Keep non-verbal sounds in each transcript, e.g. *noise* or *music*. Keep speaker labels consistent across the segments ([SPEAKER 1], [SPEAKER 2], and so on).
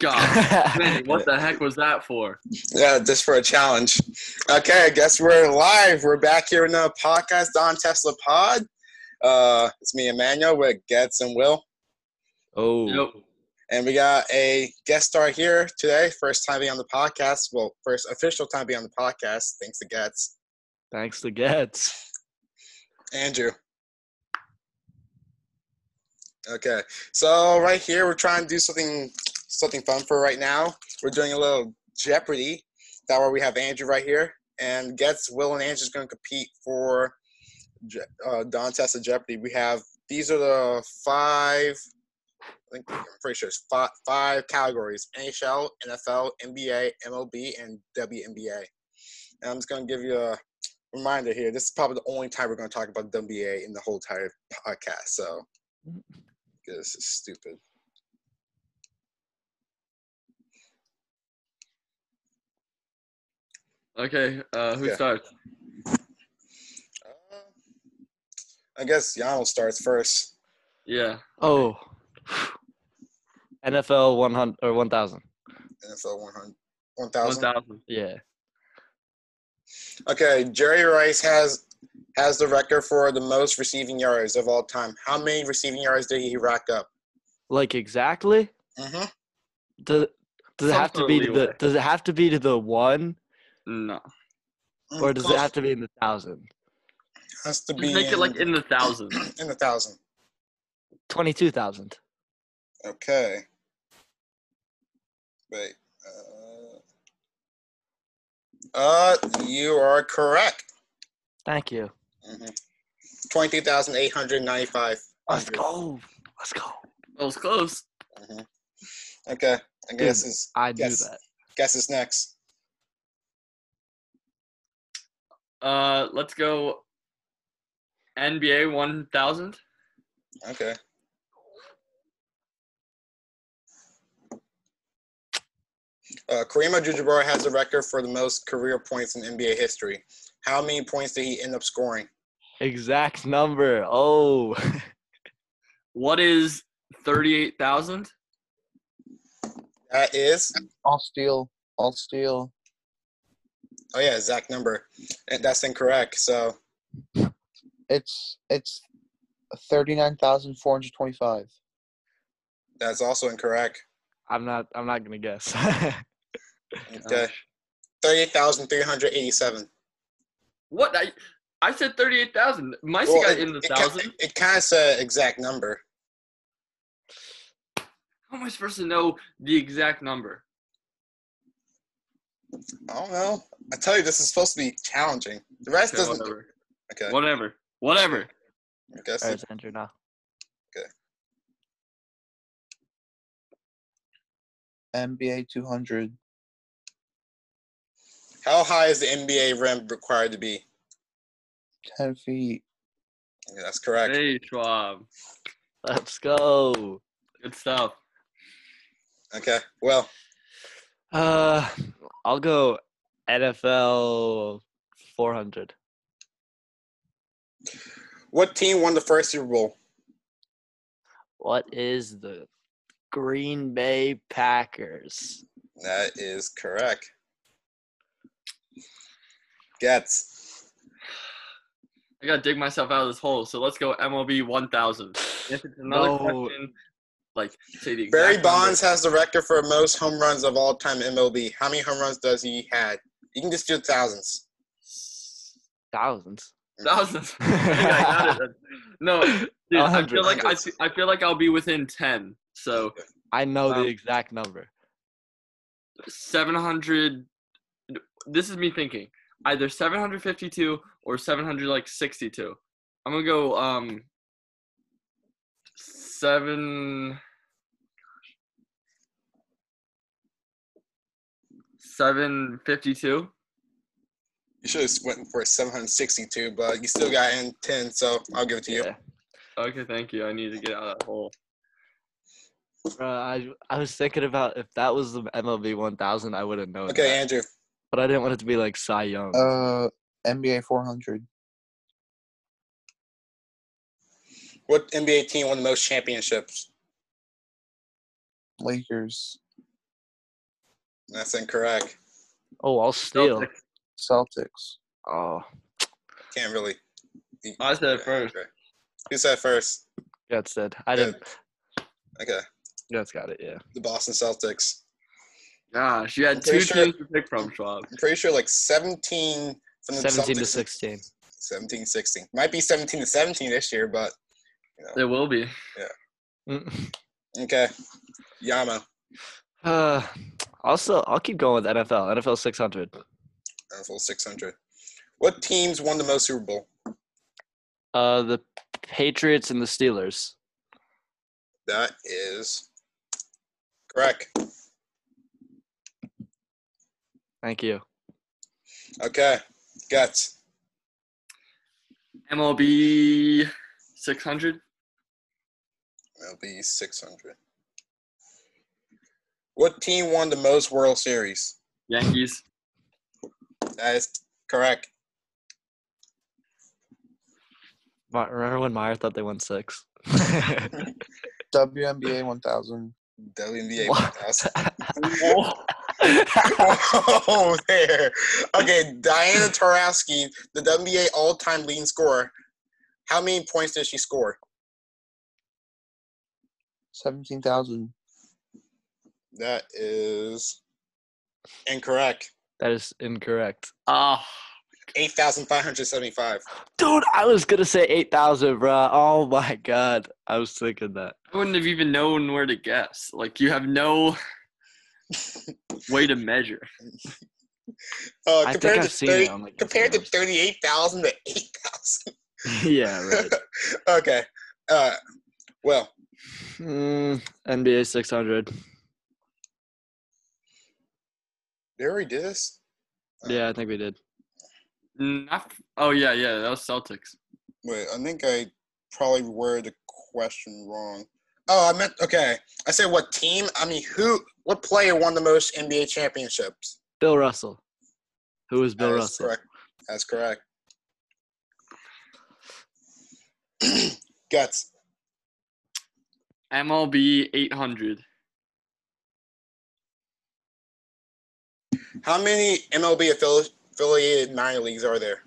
[SPEAKER 1] *laughs*
[SPEAKER 2] Ben, what the heck was that for?
[SPEAKER 1] Yeah, just for a challenge. Okay, I guess we're live. We're back here in the podcast, Don Tesla Pod. Uh, it's me, Emmanuel, with Getz and Will.
[SPEAKER 3] *laughs* Oh,
[SPEAKER 2] Nope.
[SPEAKER 1] And we got a guest star here today, first time being on the podcast. Well, first official time being on the podcast, thanks to Getz.
[SPEAKER 3] thanks to Getz.
[SPEAKER 1] Andrew. Okay, so right here we're trying to do something something fun for right now. We're doing a little Jeopardy. That way we have Andrew right here, and gets Will and Andrew's going to compete for Je- uh, Don Tessa Jeopardy. We have these are the five. I think I'm pretty sure it's five, five categories: NHL, NFL, NBA, MLB, and WNBA. And I'm just going to give you a reminder here, this is probably the only time we're going to talk about WBA in the whole entire podcast. So this is stupid.
[SPEAKER 2] Okay, uh, who
[SPEAKER 1] Yeah.
[SPEAKER 2] starts?
[SPEAKER 1] Uh, I guess Yano starts first.
[SPEAKER 2] Yeah.
[SPEAKER 3] Oh, *sighs* NFL 100 or 1000.
[SPEAKER 1] NFL 100
[SPEAKER 2] One
[SPEAKER 1] 1000.
[SPEAKER 2] thousand.
[SPEAKER 3] Yeah.
[SPEAKER 1] Okay, Jerry Rice has has the record for the most receiving yards of all time. How many receiving yards did he rack up?
[SPEAKER 3] Like exactly?
[SPEAKER 1] hmm
[SPEAKER 3] Does, does it have to be to the
[SPEAKER 2] Totally.
[SPEAKER 3] does it have to be to the one
[SPEAKER 2] No.
[SPEAKER 3] or does it have to be in the thousand?
[SPEAKER 1] has to be
[SPEAKER 2] Just make it like
[SPEAKER 1] in,
[SPEAKER 2] in the
[SPEAKER 1] *clears throat*
[SPEAKER 2] thousand.
[SPEAKER 1] in the thousand?
[SPEAKER 3] Twenty two thousand.
[SPEAKER 1] Okay. Wait. Uh, uh you are correct.
[SPEAKER 3] Thank you.
[SPEAKER 1] Mm-hmm. 22,895.
[SPEAKER 3] Let's go. Let's go.
[SPEAKER 2] That was close.
[SPEAKER 1] Mhm. Okay, I guess it's
[SPEAKER 3] I do
[SPEAKER 1] Yes.
[SPEAKER 3] that.
[SPEAKER 1] guess it's next.
[SPEAKER 2] Uh, let's go. NBA one thousand.
[SPEAKER 1] Okay. Uh, Kareem Abdul-Jabbar has the record for the most career points in NBA history. How many points did he end up scoring?
[SPEAKER 3] Exact number. Oh, *laughs*
[SPEAKER 2] What is thirty-eight thousand?
[SPEAKER 1] That is,
[SPEAKER 4] All steel. All steel.
[SPEAKER 1] oh yeah, exact number. And That's incorrect. So
[SPEAKER 4] It's it's thirty nine thousand four hundred twenty five.
[SPEAKER 1] that's also incorrect.
[SPEAKER 3] I'm not. I'm not gonna guess. *laughs*
[SPEAKER 2] Oh,
[SPEAKER 1] Okay. 38,387.
[SPEAKER 2] What I I said thirty-eight thousand. Mice got in the
[SPEAKER 1] it, ca-
[SPEAKER 2] thousand.
[SPEAKER 1] it kind of said exact number.
[SPEAKER 2] How am I supposed to know the exact number?
[SPEAKER 1] I don't know. I tell you, this is supposed to be challenging. The rest
[SPEAKER 2] Okay,
[SPEAKER 1] doesn't.
[SPEAKER 2] whatever.
[SPEAKER 1] Okay.
[SPEAKER 2] Whatever. Whatever.
[SPEAKER 1] I guess
[SPEAKER 3] Alright, it's Andrew now.
[SPEAKER 4] NBA two hundred.
[SPEAKER 1] How high is the NBA rim required to be?
[SPEAKER 4] Ten feet.
[SPEAKER 1] Yeah, that's correct.
[SPEAKER 2] Hey, Schwab.
[SPEAKER 3] Let's go.
[SPEAKER 2] Good stuff.
[SPEAKER 1] Okay. Well,
[SPEAKER 3] Uh, I'll go NFL 400.
[SPEAKER 1] what team won the first Super Bowl?
[SPEAKER 3] What is the Green Bay Packers?
[SPEAKER 1] That is correct. Gets.
[SPEAKER 2] I gotta dig myself out of this hole. So let's go MLB 1000. If it's another
[SPEAKER 3] No.
[SPEAKER 2] question, like say the exact
[SPEAKER 1] Barry
[SPEAKER 2] number.
[SPEAKER 1] Bonds has the record for most home runs of all time in MLB. How many home runs does he had? You can just do thousands.
[SPEAKER 3] *laughs* Thousands.
[SPEAKER 2] thousands. *laughs* Yeah, I got
[SPEAKER 3] *laughs*
[SPEAKER 2] it. No, dude, I feel
[SPEAKER 3] hundred.
[SPEAKER 2] like I, fe- I feel like I'll be within ten. So
[SPEAKER 3] I know
[SPEAKER 2] Um,
[SPEAKER 3] the exact number.
[SPEAKER 2] 700. This is me thinking either 752 or 700 like 62. I'm gonna go um seven. Seven fifty-two.
[SPEAKER 1] You should have went for 762, but you still got in 10, so I'll give it to you.
[SPEAKER 3] Yeah.
[SPEAKER 2] Okay, thank you. I need to get out of that hole.
[SPEAKER 3] Bro, I, I was thinking about if that was the MLB 1000, I would have known.
[SPEAKER 1] Okay,
[SPEAKER 3] that.
[SPEAKER 1] Andrew.
[SPEAKER 3] But I didn't want it to be like Cy Young.
[SPEAKER 4] Uh, NBA four hundred.
[SPEAKER 1] What NBA team won the most championships?
[SPEAKER 4] Lakers.
[SPEAKER 1] That's incorrect.
[SPEAKER 3] Oh, I'll steal.
[SPEAKER 2] Celtics.
[SPEAKER 4] Celtics.
[SPEAKER 3] Oh,
[SPEAKER 1] Can't really. you-
[SPEAKER 2] I said it first.
[SPEAKER 1] Okay. Who said first?
[SPEAKER 3] that's it. I
[SPEAKER 1] Yeah.
[SPEAKER 3] didn't.
[SPEAKER 1] Okay,
[SPEAKER 3] That's got it. Yeah.
[SPEAKER 1] the Boston Celtics.
[SPEAKER 2] Gosh, you had
[SPEAKER 1] I'm
[SPEAKER 2] two
[SPEAKER 1] pretty sure-
[SPEAKER 2] teams to pick from, Schwab.
[SPEAKER 1] I'm pretty sure like 17 from the
[SPEAKER 3] Seventeen to
[SPEAKER 1] Celtics-
[SPEAKER 3] sixteen.
[SPEAKER 1] 17, 16. Might be 17 to 17 this year, but
[SPEAKER 2] There will be.
[SPEAKER 3] Mm.
[SPEAKER 1] okay. Yama.
[SPEAKER 3] Uh, also, I'll keep going with NFL. NFL six hundred.
[SPEAKER 1] uh, full 600. What teams won the most Super Bowl?
[SPEAKER 3] Uh, the Patriots and the Steelers.
[SPEAKER 1] That is correct.
[SPEAKER 3] Thank you.
[SPEAKER 1] Okay. Guts.
[SPEAKER 2] MLB 600.
[SPEAKER 1] It'll be 600. What team won the most World Series?
[SPEAKER 2] *laughs* Yankees.
[SPEAKER 1] That is correct.
[SPEAKER 3] Ma- Remember when Meyer thought they won *laughs* six?
[SPEAKER 4] WNBA 1000.
[SPEAKER 1] WNBA.
[SPEAKER 3] What?
[SPEAKER 1] That's- *laughs* Oh, there. Okay, Diana Taurasi, the WNBA all-time leading scorer. How many points did she score?
[SPEAKER 4] 17,000.
[SPEAKER 1] That is incorrect.
[SPEAKER 3] that is incorrect.
[SPEAKER 2] Ah,
[SPEAKER 1] 8,575.
[SPEAKER 3] Dude, I was gonna say eight thousand, bro. Oh my god, I was thinking that.
[SPEAKER 2] I wouldn't have even known where to guess. Like, you have no way to measure.
[SPEAKER 1] Uh,
[SPEAKER 3] I
[SPEAKER 1] compared
[SPEAKER 3] think
[SPEAKER 1] to
[SPEAKER 3] I've seen
[SPEAKER 1] 30
[SPEAKER 3] it. on, like,
[SPEAKER 1] compared to
[SPEAKER 3] Instagram.
[SPEAKER 1] 38,000 to 8,000.
[SPEAKER 3] *laughs* yeah, right.
[SPEAKER 1] *laughs* okay. Uh, well,
[SPEAKER 3] Mm, NBA six hundred.
[SPEAKER 1] they already did this.
[SPEAKER 3] Yeah, I think we did.
[SPEAKER 2] Not, oh, yeah, yeah, that was Celtics.
[SPEAKER 1] Wait, I think I probably worded the question wrong. Oh, I meant okay. I said what team? I mean, who? What player won the most NBA championships?
[SPEAKER 3] Bill Russell. Who is Bill
[SPEAKER 1] That is
[SPEAKER 3] Russell?
[SPEAKER 1] correct. That's correct. *clears throat* Guts.
[SPEAKER 2] MLB 800.
[SPEAKER 1] How many MLB affili- affiliated minor leagues are there?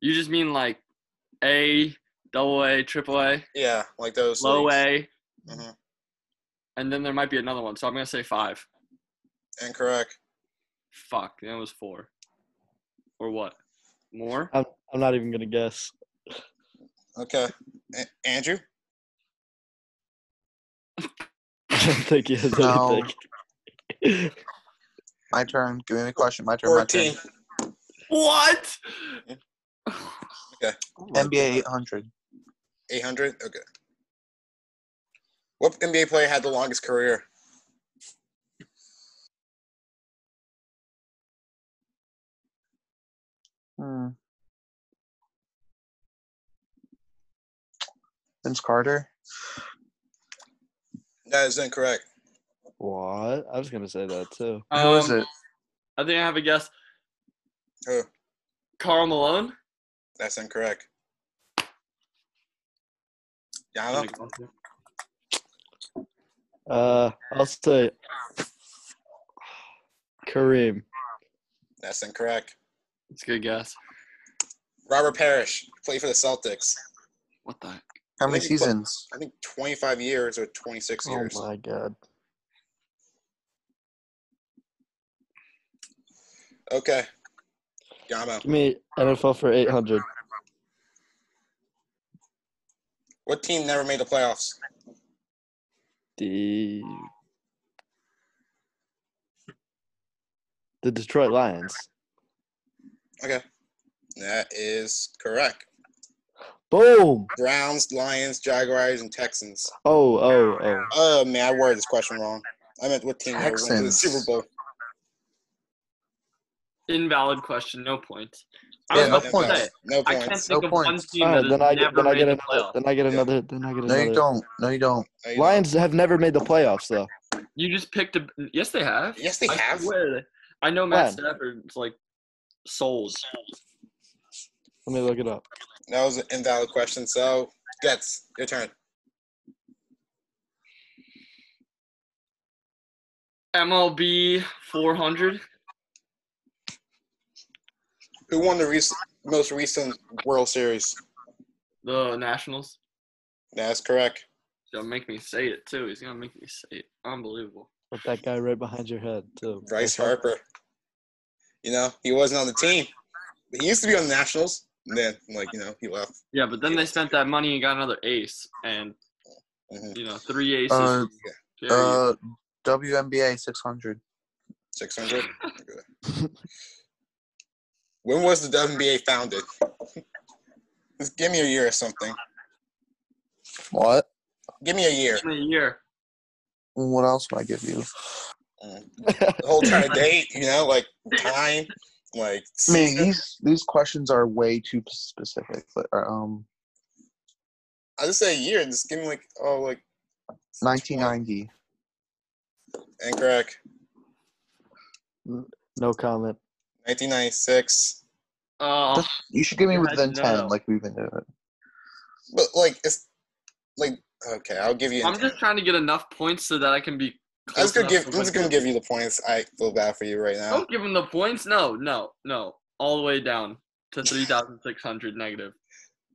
[SPEAKER 2] You just mean like A, double A, triple A,
[SPEAKER 1] Yeah, like those.
[SPEAKER 2] low
[SPEAKER 1] leagues.
[SPEAKER 2] A,
[SPEAKER 1] Mhm.
[SPEAKER 2] and then there might be another one. So I'm going to say five.
[SPEAKER 1] Incorrect.
[SPEAKER 2] Fuck, that was four. Or what? More?
[SPEAKER 4] Uh,
[SPEAKER 3] I'm, I'm not even gonna guess. *laughs*
[SPEAKER 1] Okay. A- Andrew.
[SPEAKER 3] I don't think he has
[SPEAKER 4] No.
[SPEAKER 1] *laughs*
[SPEAKER 3] anything.
[SPEAKER 4] My turn. Give me the question. My turn. My
[SPEAKER 1] 14.
[SPEAKER 4] turn.
[SPEAKER 2] What? *laughs*
[SPEAKER 4] NBA 800.
[SPEAKER 1] 800? Okay. What NBA player had the longest career?
[SPEAKER 4] Hmm. Vince Carter.
[SPEAKER 1] That is incorrect.
[SPEAKER 3] what? I was gonna say that too.
[SPEAKER 4] Who
[SPEAKER 2] Um,
[SPEAKER 4] is it?
[SPEAKER 2] I think I have a guess.
[SPEAKER 1] Who?
[SPEAKER 2] Carl Malone?
[SPEAKER 1] That's incorrect.
[SPEAKER 2] I'm
[SPEAKER 4] Uh-huh.
[SPEAKER 1] Yama?
[SPEAKER 2] gonna go with
[SPEAKER 3] Uh, I'll say Kareem.
[SPEAKER 2] Oh
[SPEAKER 1] That's incorrect.
[SPEAKER 2] it. It's a good guess.
[SPEAKER 1] Robert Parrish played for the Celtics.
[SPEAKER 2] What the?
[SPEAKER 4] How many
[SPEAKER 1] I think he played-
[SPEAKER 4] seasons?
[SPEAKER 1] I think 25 years or 26
[SPEAKER 3] Oh
[SPEAKER 1] years.
[SPEAKER 3] my god.
[SPEAKER 1] Okay. Yama.
[SPEAKER 3] Give me NFL for eight hundred.
[SPEAKER 1] What team never made the playoffs?
[SPEAKER 3] The the Detroit Lions.
[SPEAKER 1] Okay. That is correct.
[SPEAKER 3] Boom.
[SPEAKER 1] Browns, Lions, Jaguars, and Texans.
[SPEAKER 3] Oh oh oh.
[SPEAKER 1] Oh, man, I worded this question wrong. I meant what team never went to the
[SPEAKER 4] Texans.
[SPEAKER 1] Super Bowl.
[SPEAKER 2] Invalid question, no point. I
[SPEAKER 1] Yeah,
[SPEAKER 2] was
[SPEAKER 4] no
[SPEAKER 2] about to
[SPEAKER 4] points.
[SPEAKER 2] say,
[SPEAKER 1] No
[SPEAKER 2] I can't
[SPEAKER 1] points.
[SPEAKER 2] think
[SPEAKER 4] No
[SPEAKER 2] of one
[SPEAKER 4] points.
[SPEAKER 2] team
[SPEAKER 3] All right,
[SPEAKER 2] that has
[SPEAKER 3] then I get
[SPEAKER 2] never
[SPEAKER 3] then I
[SPEAKER 2] made
[SPEAKER 3] get
[SPEAKER 2] the
[SPEAKER 3] another
[SPEAKER 2] playoffs.
[SPEAKER 3] then I get
[SPEAKER 1] Yeah.
[SPEAKER 3] another then I get
[SPEAKER 4] No, you
[SPEAKER 3] another.
[SPEAKER 4] don't. No, you don't.
[SPEAKER 1] No, you don't.
[SPEAKER 3] Lions have never made the playoffs though.
[SPEAKER 2] You just picked a. Yes, they have.
[SPEAKER 1] Yes, they
[SPEAKER 2] I
[SPEAKER 1] have.
[SPEAKER 2] swear. I know Matt
[SPEAKER 3] When?
[SPEAKER 2] Stafford's like sold.
[SPEAKER 3] Let me look it up.
[SPEAKER 1] That was an invalid question. So, Gets, your turn.
[SPEAKER 2] MLB 400.
[SPEAKER 1] Who won the rec- most recent World Series?
[SPEAKER 2] The Nationals.
[SPEAKER 1] That's correct.
[SPEAKER 2] He's gonna make me say it too. He's gonna make me say it. Unbelievable.
[SPEAKER 3] With that guy right behind your head, too.
[SPEAKER 1] Bryce
[SPEAKER 3] That's all-
[SPEAKER 1] Harper. You know, he wasn't on the team. He used to be on the Nationals. And then, like, you know, he left.
[SPEAKER 2] Yeah, but then they spent that money and got another ace, and
[SPEAKER 1] Mhm.
[SPEAKER 2] you know three aces.
[SPEAKER 4] Uh,
[SPEAKER 2] Carry it.
[SPEAKER 4] Uh, WNBA 600.
[SPEAKER 1] 600. Okay. *laughs* when was the WNBA founded? *laughs* Just give me a year or something.
[SPEAKER 4] What?
[SPEAKER 1] Give me a year.
[SPEAKER 2] In a year.
[SPEAKER 4] What else would I give you?
[SPEAKER 1] Mm. The whole trying to date, you know, like time, like
[SPEAKER 4] I mean,
[SPEAKER 1] season.
[SPEAKER 4] these these questions are way too specific. But, uh, um,
[SPEAKER 1] I just say a year. Just give me like oh like
[SPEAKER 4] 1990.
[SPEAKER 1] incorrect.
[SPEAKER 3] No comment.
[SPEAKER 1] 1996.
[SPEAKER 2] Uh,
[SPEAKER 4] That's- You should give me
[SPEAKER 2] Yeah, I
[SPEAKER 4] within
[SPEAKER 2] know.
[SPEAKER 4] 10, like we've been doing.
[SPEAKER 1] But like it's like okay, I'll give you.
[SPEAKER 2] I'm just trying to get enough points so that I can be.
[SPEAKER 1] I'm just
[SPEAKER 2] close
[SPEAKER 1] gonna
[SPEAKER 2] enough
[SPEAKER 1] give.
[SPEAKER 2] to
[SPEAKER 1] I'm
[SPEAKER 2] win.
[SPEAKER 1] just gonna give you the points. I feel bad for you right now.
[SPEAKER 2] Don't give him the points. No, no, no. All the way down to 3,600 *laughs* negative.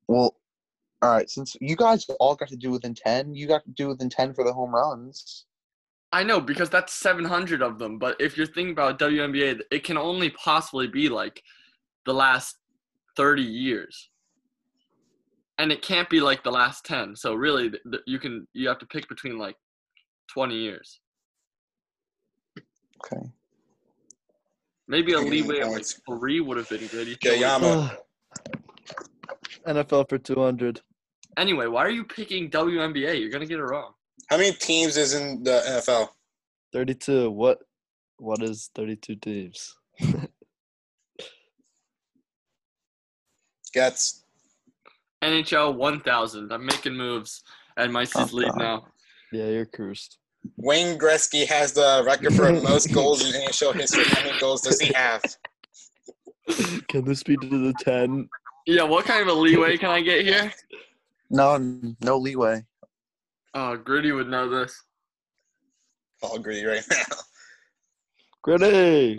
[SPEAKER 4] Well, all right. Since you guys all got to do within 10, you got to do within 10 for the home runs.
[SPEAKER 2] I know because that's 700 of them. But if you're thinking about WNBA, th- it can only possibly be like the last 30 years, and it can't be like the last 10. So really, th- th- you can you have to pick between like 20 years.
[SPEAKER 4] Okay.
[SPEAKER 2] Maybe a
[SPEAKER 1] Give me
[SPEAKER 2] leeway of like
[SPEAKER 1] points.
[SPEAKER 2] three would have been good. You
[SPEAKER 1] Yeah,
[SPEAKER 2] killed it.
[SPEAKER 1] Yama.
[SPEAKER 3] *sighs* NFL for 200.
[SPEAKER 2] Anyway, why are you picking WNBA? You're gonna get it wrong.
[SPEAKER 1] How many teams is in the NFL?
[SPEAKER 3] 32. What? What is 32 teams?
[SPEAKER 1] Gets
[SPEAKER 2] NHL 1000. I'm making moves, and Mike's
[SPEAKER 4] Oh,
[SPEAKER 2] lead
[SPEAKER 4] God.
[SPEAKER 2] now.
[SPEAKER 3] Yeah, you're cursed. *laughs*
[SPEAKER 1] Wayne Gretzky has the record for most goals in NHL history. How many goals does he have?
[SPEAKER 3] Can this be to the 10?
[SPEAKER 2] Yeah, what kind of a leeway can I get here?
[SPEAKER 4] No, n- no leeway.
[SPEAKER 2] Oh, Gritty would know this.
[SPEAKER 1] I'll agree right now.
[SPEAKER 3] Gritty!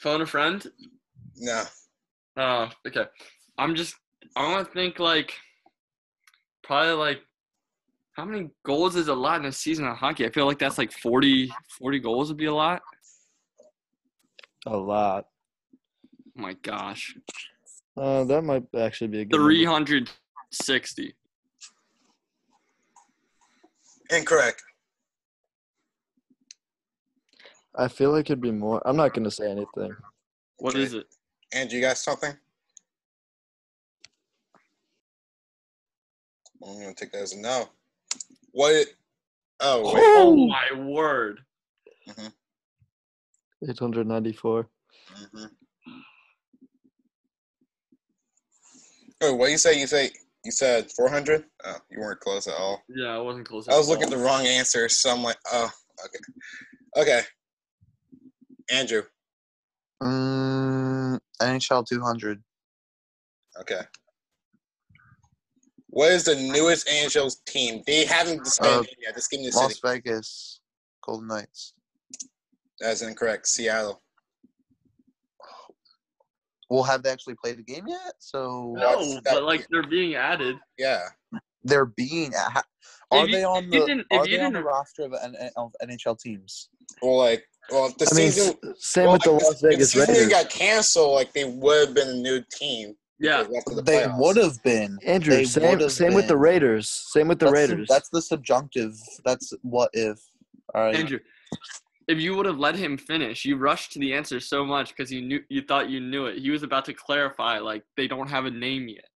[SPEAKER 2] Phone a friend?
[SPEAKER 1] No,
[SPEAKER 2] Oh, okay. I'm just, I want to think like, probably like, how many goals is a lot in a season of hockey? I feel like that's like 40, 40 goals would be a lot.
[SPEAKER 3] A lot.
[SPEAKER 2] Oh my gosh.
[SPEAKER 3] Uh, that might actually be a good number.
[SPEAKER 2] 360.
[SPEAKER 1] incorrect.
[SPEAKER 3] I feel like it'd be more. I'm not gonna say anything.
[SPEAKER 2] What is it?
[SPEAKER 1] Andrew, you got something? I'm gonna take that as a no. What? Oh, wait.
[SPEAKER 2] Oh my word.
[SPEAKER 3] 894.
[SPEAKER 1] Mhm. Oh, what you say? You say you said 400? Oh, you weren't close at all.
[SPEAKER 2] Yeah, I wasn't close.
[SPEAKER 1] I was
[SPEAKER 2] all.
[SPEAKER 1] looking at the wrong answer, so I'm like, oh, okay, okay. Andrew,
[SPEAKER 4] Mm, NHL 200.
[SPEAKER 1] okay. What is the newest Angels team? They haven't decided
[SPEAKER 3] Uh,
[SPEAKER 1] yet. Just give me the city.
[SPEAKER 4] Las Vegas Golden Knights.
[SPEAKER 1] That's incorrect. Seattle.
[SPEAKER 4] Well, have they actually played the game yet? So
[SPEAKER 2] No, but like they're being added.
[SPEAKER 1] Yeah.
[SPEAKER 4] they're being. at- ha- Are
[SPEAKER 2] If you-
[SPEAKER 4] they on
[SPEAKER 2] if
[SPEAKER 4] the
[SPEAKER 2] you didn't- if
[SPEAKER 4] Are
[SPEAKER 2] you
[SPEAKER 4] they on the
[SPEAKER 2] didn't-
[SPEAKER 4] roster of, N- of NHL teams?
[SPEAKER 1] Well, like, well, the
[SPEAKER 3] I mean,
[SPEAKER 1] season.
[SPEAKER 3] s- same
[SPEAKER 1] well,
[SPEAKER 3] with the
[SPEAKER 1] like,
[SPEAKER 3] Las
[SPEAKER 1] if the
[SPEAKER 3] Vegas
[SPEAKER 1] season
[SPEAKER 3] Raiders.
[SPEAKER 1] got canceled, like they would have been a new team.
[SPEAKER 2] Yeah.
[SPEAKER 1] They left for the
[SPEAKER 4] They
[SPEAKER 1] playoffs.
[SPEAKER 4] would have been.
[SPEAKER 3] Andrew,
[SPEAKER 4] They
[SPEAKER 3] same,
[SPEAKER 4] would've
[SPEAKER 3] same with the
[SPEAKER 4] been.
[SPEAKER 3] Raiders. Same with the
[SPEAKER 4] that's
[SPEAKER 3] Raiders.
[SPEAKER 4] The, that's the subjunctive. That's what if. All right.
[SPEAKER 2] Andrew, if you would have let him finish, you rushed to the answer so much because you knew you thought you knew it. He was about to clarify, like they don't have a name yet.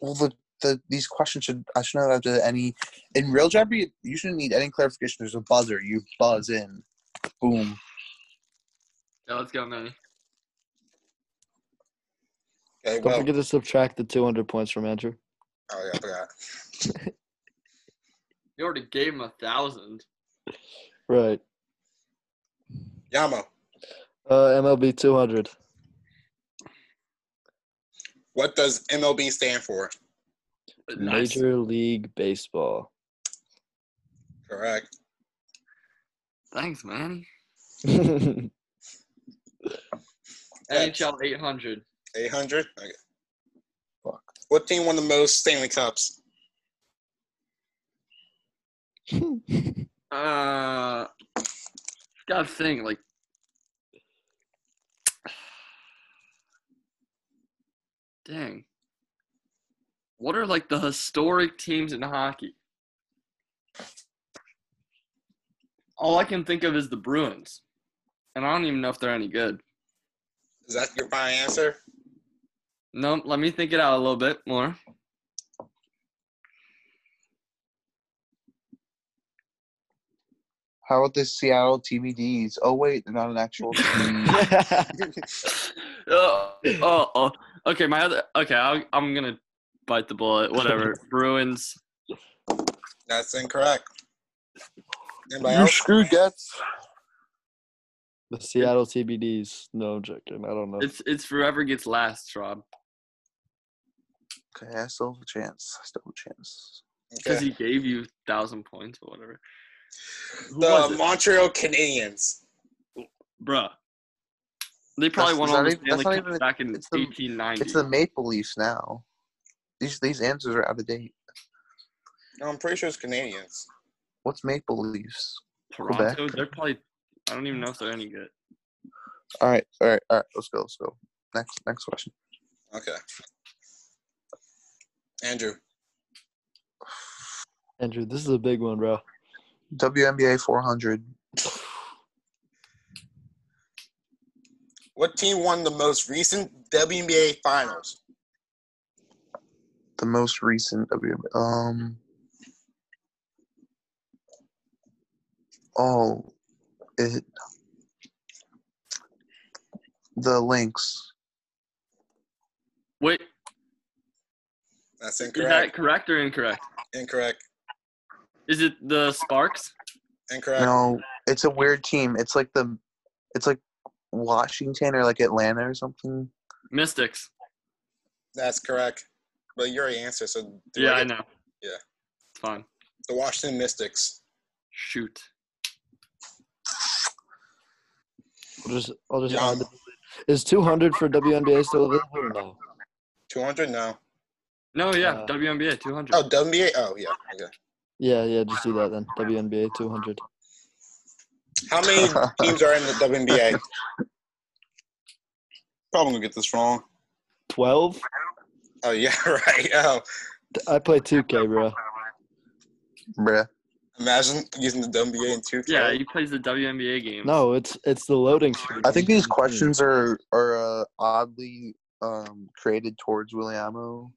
[SPEAKER 4] well, the, the these questions should I should not have to any in real Jeopardy. You shouldn't need any clarification. There's a buzzer. You buzz in. Boom.
[SPEAKER 2] Yeah, let's go, Manny.
[SPEAKER 1] Okay,
[SPEAKER 3] Don't
[SPEAKER 1] well,
[SPEAKER 3] forget to subtract the 200 points from Andrew.
[SPEAKER 1] oh yeah, I forgot.
[SPEAKER 2] You already gave him a thousand.
[SPEAKER 3] Right.
[SPEAKER 1] Yamo,
[SPEAKER 3] Uh, MLB 200.
[SPEAKER 1] what does MLB stand for?
[SPEAKER 2] Nice.
[SPEAKER 3] *laughs* Major League Baseball.
[SPEAKER 1] Correct.
[SPEAKER 2] Thanks, man.
[SPEAKER 3] All
[SPEAKER 1] That's
[SPEAKER 2] NHL 800.
[SPEAKER 1] 800? Okay.
[SPEAKER 4] Fuck.
[SPEAKER 1] What team won the most Stanley Cups?
[SPEAKER 2] Uh, gotta think like. Dang. What are like the historic teams in hockey? All I can think of is the Bruins, and I don't even know if they're any good.
[SPEAKER 1] Is that your final answer?
[SPEAKER 2] No, let me think it out a little bit more. *laughs*
[SPEAKER 4] How about the Seattle TBDs? Oh wait, they're not an
[SPEAKER 2] *laughs*
[SPEAKER 4] actual. team.
[SPEAKER 2] oh, oh, oh. okay. My other okay. I'll, I'm gonna bite the bullet. Whatever. Bruins.
[SPEAKER 1] That's incorrect. Anybody
[SPEAKER 4] you
[SPEAKER 1] else?
[SPEAKER 4] screw gets.
[SPEAKER 3] the Seattle TBDs. No, I'm joking. I don't know.
[SPEAKER 2] It's it's forever gets last, Rob,
[SPEAKER 4] Okay, I still have a chance. I still have a chance.
[SPEAKER 2] because
[SPEAKER 1] Okay.
[SPEAKER 2] he gave you thousand points or whatever. Who was
[SPEAKER 1] The
[SPEAKER 2] it?
[SPEAKER 1] Montreal Canadiens.
[SPEAKER 2] Bruh. They probably
[SPEAKER 4] That's-
[SPEAKER 2] won
[SPEAKER 4] is that
[SPEAKER 2] all the Stanley
[SPEAKER 4] even- that's not
[SPEAKER 2] Cups
[SPEAKER 4] even a-
[SPEAKER 2] back in
[SPEAKER 4] it's the-
[SPEAKER 2] 1890.
[SPEAKER 4] It's the Maple Leafs now. These these answers are out of date.
[SPEAKER 1] No, I'm pretty sure it's Canadians.
[SPEAKER 4] What's Maple Leafs?
[SPEAKER 2] Toronto.
[SPEAKER 4] Quebec.
[SPEAKER 2] They're probably. I don't even know if they're any good.
[SPEAKER 4] All right, all right, all right. Let's go. Let's go. Next next question.
[SPEAKER 1] Okay. Andrew.
[SPEAKER 3] Andrew, this is a big one, bro.
[SPEAKER 4] WNBA 400.
[SPEAKER 1] What team won the most recent WNBA finals?
[SPEAKER 4] The most recent WNBA. Um. Oh, it. The Lynx.
[SPEAKER 2] Wait,
[SPEAKER 1] That's
[SPEAKER 2] is that
[SPEAKER 1] incorrect.
[SPEAKER 2] correct or incorrect?
[SPEAKER 1] Incorrect.
[SPEAKER 2] Is it the Sparks?
[SPEAKER 1] Incorrect.
[SPEAKER 4] No, it's a weird team. It's like the, it's like Washington or like Atlanta or something.
[SPEAKER 2] Mystics.
[SPEAKER 1] That's correct. But you already answered, so do
[SPEAKER 2] yeah,
[SPEAKER 1] I
[SPEAKER 2] I
[SPEAKER 1] get
[SPEAKER 2] know.
[SPEAKER 1] Yeah.
[SPEAKER 2] It's fine.
[SPEAKER 1] the Washington Mystics.
[SPEAKER 2] Shoot.
[SPEAKER 3] I'll just, I'll just
[SPEAKER 1] Yeah.
[SPEAKER 3] add the- Is 200 for WNBA still available or no?
[SPEAKER 1] 200? No.
[SPEAKER 2] No, yeah,
[SPEAKER 3] Uh,
[SPEAKER 2] WNBA 200.
[SPEAKER 1] Oh, WNBA? Oh, yeah. Okay.
[SPEAKER 3] Yeah, yeah, just do that then. WNBA 200.
[SPEAKER 1] How *laughs* many teams are in the WNBA? Probably going to get this wrong.
[SPEAKER 3] 12?
[SPEAKER 1] Oh, yeah, *laughs* right. Oh,
[SPEAKER 3] I play 2K, bro.
[SPEAKER 4] *laughs* Bruh.
[SPEAKER 1] imagine using the WNBA in 2K.
[SPEAKER 2] yeah, he plays the WNBA games.
[SPEAKER 3] No, it's it's the loading screen.
[SPEAKER 4] I think these questions are are uh, oddly um, created towards Williamo.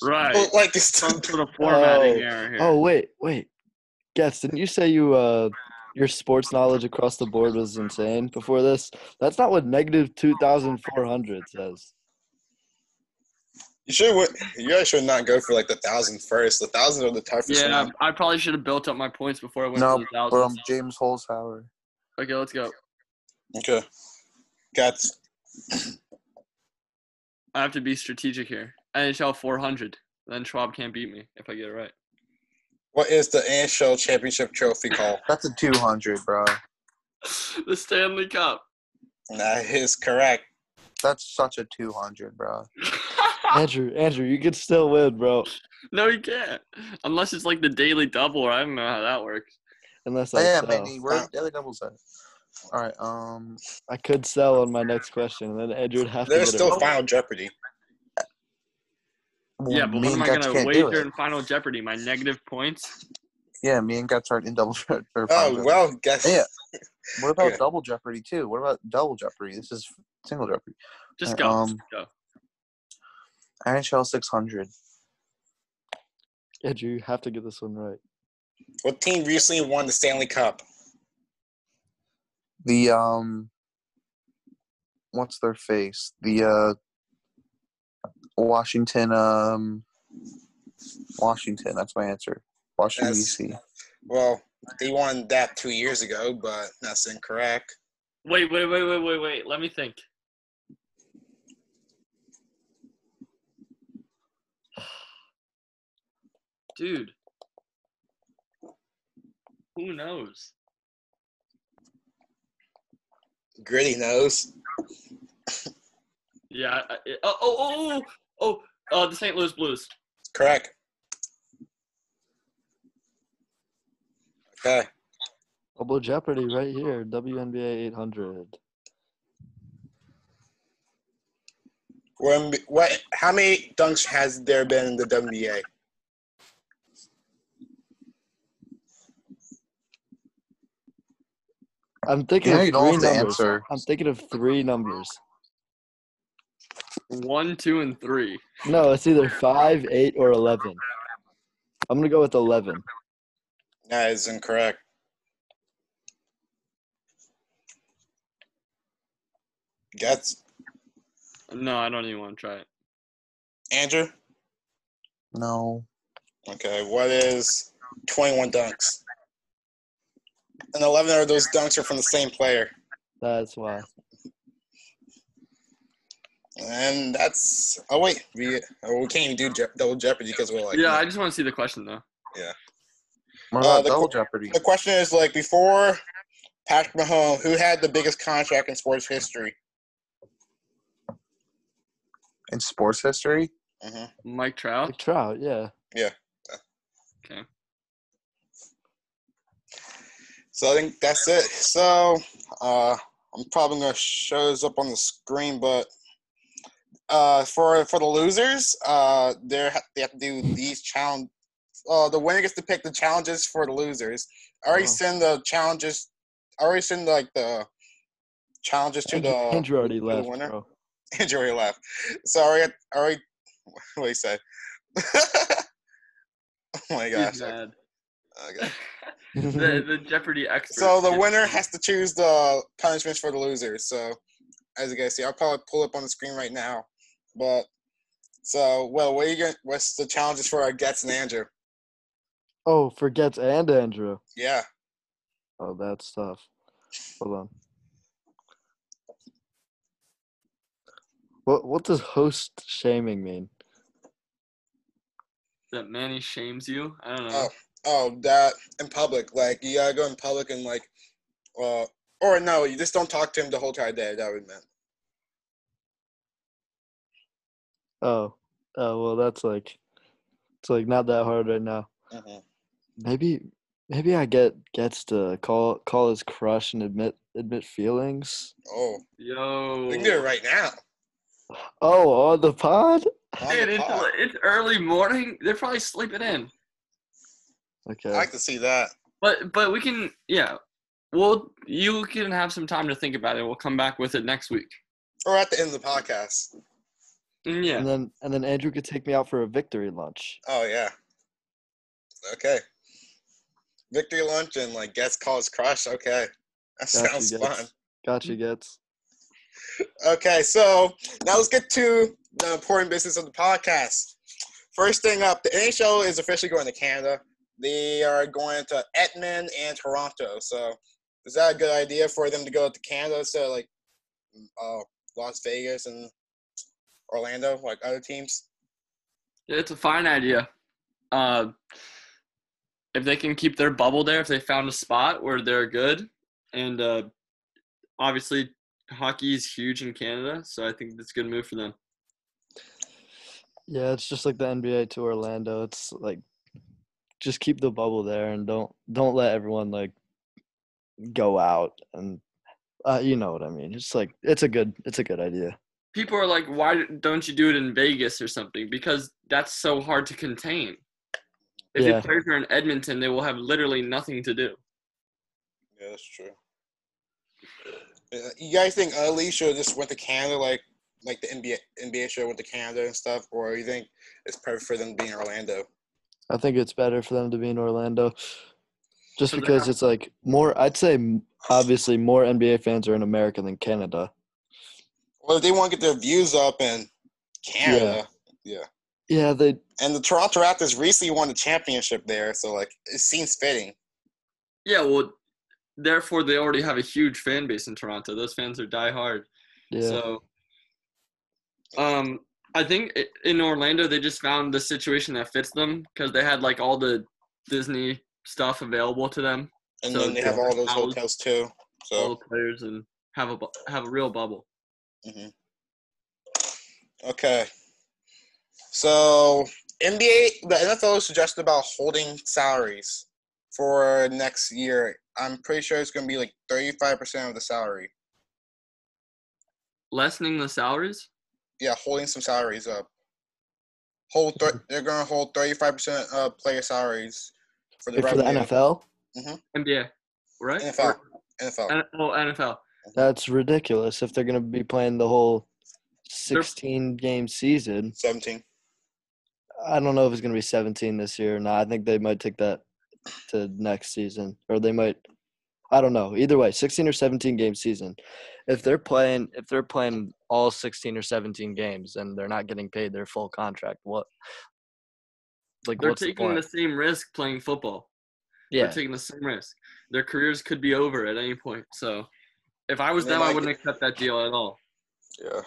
[SPEAKER 2] Right.
[SPEAKER 1] Well, like, it's
[SPEAKER 2] Some sort of formatting
[SPEAKER 3] Oh.
[SPEAKER 2] error here.
[SPEAKER 3] Oh wait, wait. Guess didn't you say you uh your sports knowledge across the board was insane before this? That's not what negative two thousand four hundred says.
[SPEAKER 1] you should wa- you guys should not go for like the thousand first. The thousand are the toughest.
[SPEAKER 2] Yeah,
[SPEAKER 1] one.
[SPEAKER 2] I probably should have built up my points before I went
[SPEAKER 4] No,
[SPEAKER 2] to the
[SPEAKER 4] But
[SPEAKER 2] thousands.
[SPEAKER 4] um, James Holzhauer.
[SPEAKER 2] okay, let's go.
[SPEAKER 1] Okay. Got
[SPEAKER 2] I have to be strategic here. NHL 400. Then Schwab can't beat me if I get it right. *laughs*
[SPEAKER 1] what is the NHL championship trophy called?
[SPEAKER 4] That's a 200, bro.
[SPEAKER 2] the Stanley Cup. *laughs*
[SPEAKER 1] That is correct.
[SPEAKER 4] That's such a 200, bro.
[SPEAKER 3] Andrew, Andrew, you could still win, bro.
[SPEAKER 2] no, you can't. Unless it's like the daily double, or I don't know how that works.
[SPEAKER 3] Unless I
[SPEAKER 1] uh,
[SPEAKER 4] Yeah,
[SPEAKER 3] sell.
[SPEAKER 4] Mandy, we're daily doubles at. All right, um,
[SPEAKER 3] I could sell on my next question, and then Andrew would have to
[SPEAKER 1] There's
[SPEAKER 3] get it
[SPEAKER 1] still
[SPEAKER 3] right.
[SPEAKER 1] Final Jeopardy.
[SPEAKER 4] well,
[SPEAKER 2] Yeah, but
[SPEAKER 4] me
[SPEAKER 2] what am
[SPEAKER 4] and
[SPEAKER 2] I
[SPEAKER 4] Guts
[SPEAKER 2] gonna
[SPEAKER 4] can't do
[SPEAKER 2] wager
[SPEAKER 4] it.
[SPEAKER 2] in Final Jeopardy? My negative points?
[SPEAKER 4] Yeah, me and Guts aren't in double *laughs* jeopardy.
[SPEAKER 1] Oh well, guess
[SPEAKER 4] Yeah. What about
[SPEAKER 1] yeah.
[SPEAKER 4] double jeopardy too? What about double jeopardy? This is single jeopardy.
[SPEAKER 2] Just
[SPEAKER 4] Uh,
[SPEAKER 2] go.
[SPEAKER 4] um,
[SPEAKER 2] just go.
[SPEAKER 4] NHL 600.
[SPEAKER 3] *laughs* Andrew, you have to get this one right.
[SPEAKER 1] what team recently won the Stanley Cup?
[SPEAKER 4] The um, what's their face? The uh, Washington um, Washington. That's my answer. Washington
[SPEAKER 1] That's-
[SPEAKER 4] D.C.
[SPEAKER 1] Well, they won that two years ago, but that's incorrect.
[SPEAKER 2] Wait, wait, wait, wait, wait, wait. Let me think. *sighs* Dude. Who knows?
[SPEAKER 1] Gritty knows.
[SPEAKER 2] Yeah. I- I- Oh, oh, oh, oh, uh, the St. Louis Blues.
[SPEAKER 1] Correct. Okay.
[SPEAKER 3] Double Jeopardy right here. WNBA 800.
[SPEAKER 1] When, what? How many dunks has there been in the WNBA?
[SPEAKER 3] I'm thinking
[SPEAKER 4] You know
[SPEAKER 3] of
[SPEAKER 4] you don't have
[SPEAKER 3] three
[SPEAKER 4] to
[SPEAKER 3] numbers.
[SPEAKER 4] answer.
[SPEAKER 3] I'm thinking of three numbers.
[SPEAKER 2] One, two, and three.
[SPEAKER 3] No, it's either five, eight, or eleven. I'm gonna go with eleven.
[SPEAKER 1] That is incorrect. Gets
[SPEAKER 2] No, I don't even want to try it.
[SPEAKER 1] Andrew.
[SPEAKER 4] No.
[SPEAKER 1] Okay, what is 21 dunks? And 11 of those dunks are from the same player.
[SPEAKER 3] That's why.
[SPEAKER 1] And that's oh wait, we oh, we can't even do je- double jeopardy because we're like
[SPEAKER 2] yeah, I just want to see the question though.
[SPEAKER 4] What
[SPEAKER 1] Uh,
[SPEAKER 4] about
[SPEAKER 1] the
[SPEAKER 4] Double Jeopardy?
[SPEAKER 1] The question is like before Patrick Mahomes, who had the biggest contract in sports history?
[SPEAKER 4] In sports history?
[SPEAKER 2] Mm-hmm.
[SPEAKER 1] hmm
[SPEAKER 2] Mike Trout.
[SPEAKER 1] *laughs*
[SPEAKER 3] Like Trout, yeah.
[SPEAKER 1] So I think that's it. So uh, I'm probably gonna show this up on the screen, but uh, for for the losers, uh, they are they have to do these challenge. Uh, the winner gets to pick the challenges for the losers. I already
[SPEAKER 3] Oh.
[SPEAKER 2] Uh-huh.
[SPEAKER 1] send the challenges. I already send like the challenges to
[SPEAKER 3] Andrew,
[SPEAKER 1] the
[SPEAKER 3] Andrew already
[SPEAKER 1] to uh, the
[SPEAKER 3] left,
[SPEAKER 1] winner.
[SPEAKER 3] bro.
[SPEAKER 1] *laughs* Andrew already left. So I already, I already *laughs* what do you say? *laughs* oh my gosh.
[SPEAKER 2] He's mad.
[SPEAKER 1] Okay.
[SPEAKER 2] *laughs* the, the Jeopardy expert.
[SPEAKER 1] So the winner has to choose the punishments for the loser. So as you guys see, I'll probably pull up on the screen right now. But so well, what are you going what's the challenges for our Gets and Andrew?
[SPEAKER 3] *laughs* oh, forgets and Andrew.
[SPEAKER 1] Yeah.
[SPEAKER 3] Oh, that's tough. Hold on. What what does host shaming mean?
[SPEAKER 2] that Manny shames you. I don't know.
[SPEAKER 1] Oh. Oh, that in public. Like you gotta go in public and like uh or no, you just don't talk to him the whole entire day. That would meant.
[SPEAKER 3] Oh, oh well, that's like it's like not that hard right now.
[SPEAKER 1] Mm-hmm.
[SPEAKER 3] Maybe maybe I get gets to call call his crush and admit admit feelings.
[SPEAKER 1] Oh,
[SPEAKER 2] Yo.
[SPEAKER 1] we can do it right now.
[SPEAKER 3] Oh, on the pod.
[SPEAKER 1] On
[SPEAKER 2] Dude,
[SPEAKER 1] the
[SPEAKER 2] it's,
[SPEAKER 1] pod.
[SPEAKER 2] it's early morning. They're probably sleeping in.
[SPEAKER 3] Okay.
[SPEAKER 1] I like to see that.
[SPEAKER 2] But but we can yeah. Well, you can have some time to think about it. We'll come back with it next week.
[SPEAKER 1] Or at the end of the podcast.
[SPEAKER 2] Mm, Yeah.
[SPEAKER 3] And then and then Andrew could take me out for a victory lunch.
[SPEAKER 1] Oh yeah. Okay. Victory lunch and like guest calls crush. Okay. That
[SPEAKER 3] Got
[SPEAKER 1] sounds
[SPEAKER 3] you,
[SPEAKER 1] fun.
[SPEAKER 3] gets. Got you, gets.
[SPEAKER 1] Okay, so now let's get to the important business of the podcast. First thing up, the NHL is officially going to Canada. They are going to Edmonton and Toronto. So is that a good idea for them to go to Canada instead of like uh, Las Vegas and Orlando, like other teams?
[SPEAKER 2] It's a fine idea. Uh, if they can keep their bubble there, if they found a spot where they're good, and uh, obviously hockey is huge in Canada, so I think that's a good move for them.
[SPEAKER 3] Yeah, it's just like the NBA to Orlando. It's like just keep the bubble there and don't don't let everyone like go out and uh, you know what I mean. It's like it's a good it's a good idea.
[SPEAKER 2] People are like, why don't you do it in Vegas or something? Because that's so hard to contain. If
[SPEAKER 3] Yeah.
[SPEAKER 2] the players are in Edmonton, they will have literally nothing to do.
[SPEAKER 1] Yeah, that's true. Uh, You guys think Ali should have just went to Canada, like like the NBA NBA show went to Canada and stuff, or you think it's perfect for them to be in Orlando?
[SPEAKER 3] I think it's better for them to be in Orlando just
[SPEAKER 2] So they're
[SPEAKER 3] because
[SPEAKER 2] not-
[SPEAKER 3] it's like more I'd say m- obviously more NBA fans are in America than Canada.
[SPEAKER 1] Well, if they want to get their views up in Canada,
[SPEAKER 3] Yeah, they
[SPEAKER 1] and the Toronto Raptors recently won the championship there, so like it seems fitting.
[SPEAKER 2] Yeah, well, therefore they already have a huge fan base in Toronto. Those fans are diehard.
[SPEAKER 3] yeah.
[SPEAKER 2] So, um, I think i- in Orlando they just found the situation that fits them because they had like all the Disney stuff available to them,
[SPEAKER 1] And
[SPEAKER 2] So,
[SPEAKER 1] then they have
[SPEAKER 2] yeah.
[SPEAKER 1] all those
[SPEAKER 2] I'll-
[SPEAKER 1] hotels too.
[SPEAKER 2] all
[SPEAKER 1] So
[SPEAKER 2] the players, and have a bu- have a real bubble.
[SPEAKER 1] Okay. So NBA, the NFL suggested about holding salaries for next year. I'm pretty sure it's going to be like 35% of the salary.
[SPEAKER 2] Lessening the salaries.
[SPEAKER 1] Yeah, holding some salaries up. Hold thir- they're going to hold 35% of player salaries for the,
[SPEAKER 3] Wait, for the
[SPEAKER 1] revenue.
[SPEAKER 3] NFL?
[SPEAKER 2] NBA, right?
[SPEAKER 1] NFL.
[SPEAKER 2] Or-
[SPEAKER 1] NFL.
[SPEAKER 2] N- oh, NFL.
[SPEAKER 3] That's ridiculous if they're going to be playing the whole
[SPEAKER 2] They're-
[SPEAKER 3] 16 game season.
[SPEAKER 1] 17.
[SPEAKER 3] I don't know if it's going to be 17 this year or not. I think they might take that to next season, or they might. I don't know. Either way, 16 or 17 game season. If they're playing, if they're playing all 16 or 17 games and they're not getting paid their full contract, what? Like
[SPEAKER 2] They're
[SPEAKER 3] what's the
[SPEAKER 2] taking
[SPEAKER 3] point?
[SPEAKER 2] the same risk playing football.
[SPEAKER 3] yeah,
[SPEAKER 2] They're taking the same risk. Their careers could be over at any point. So, if I was
[SPEAKER 1] They
[SPEAKER 2] them,
[SPEAKER 1] might
[SPEAKER 2] I wouldn't accept that deal at all.
[SPEAKER 1] Yeah.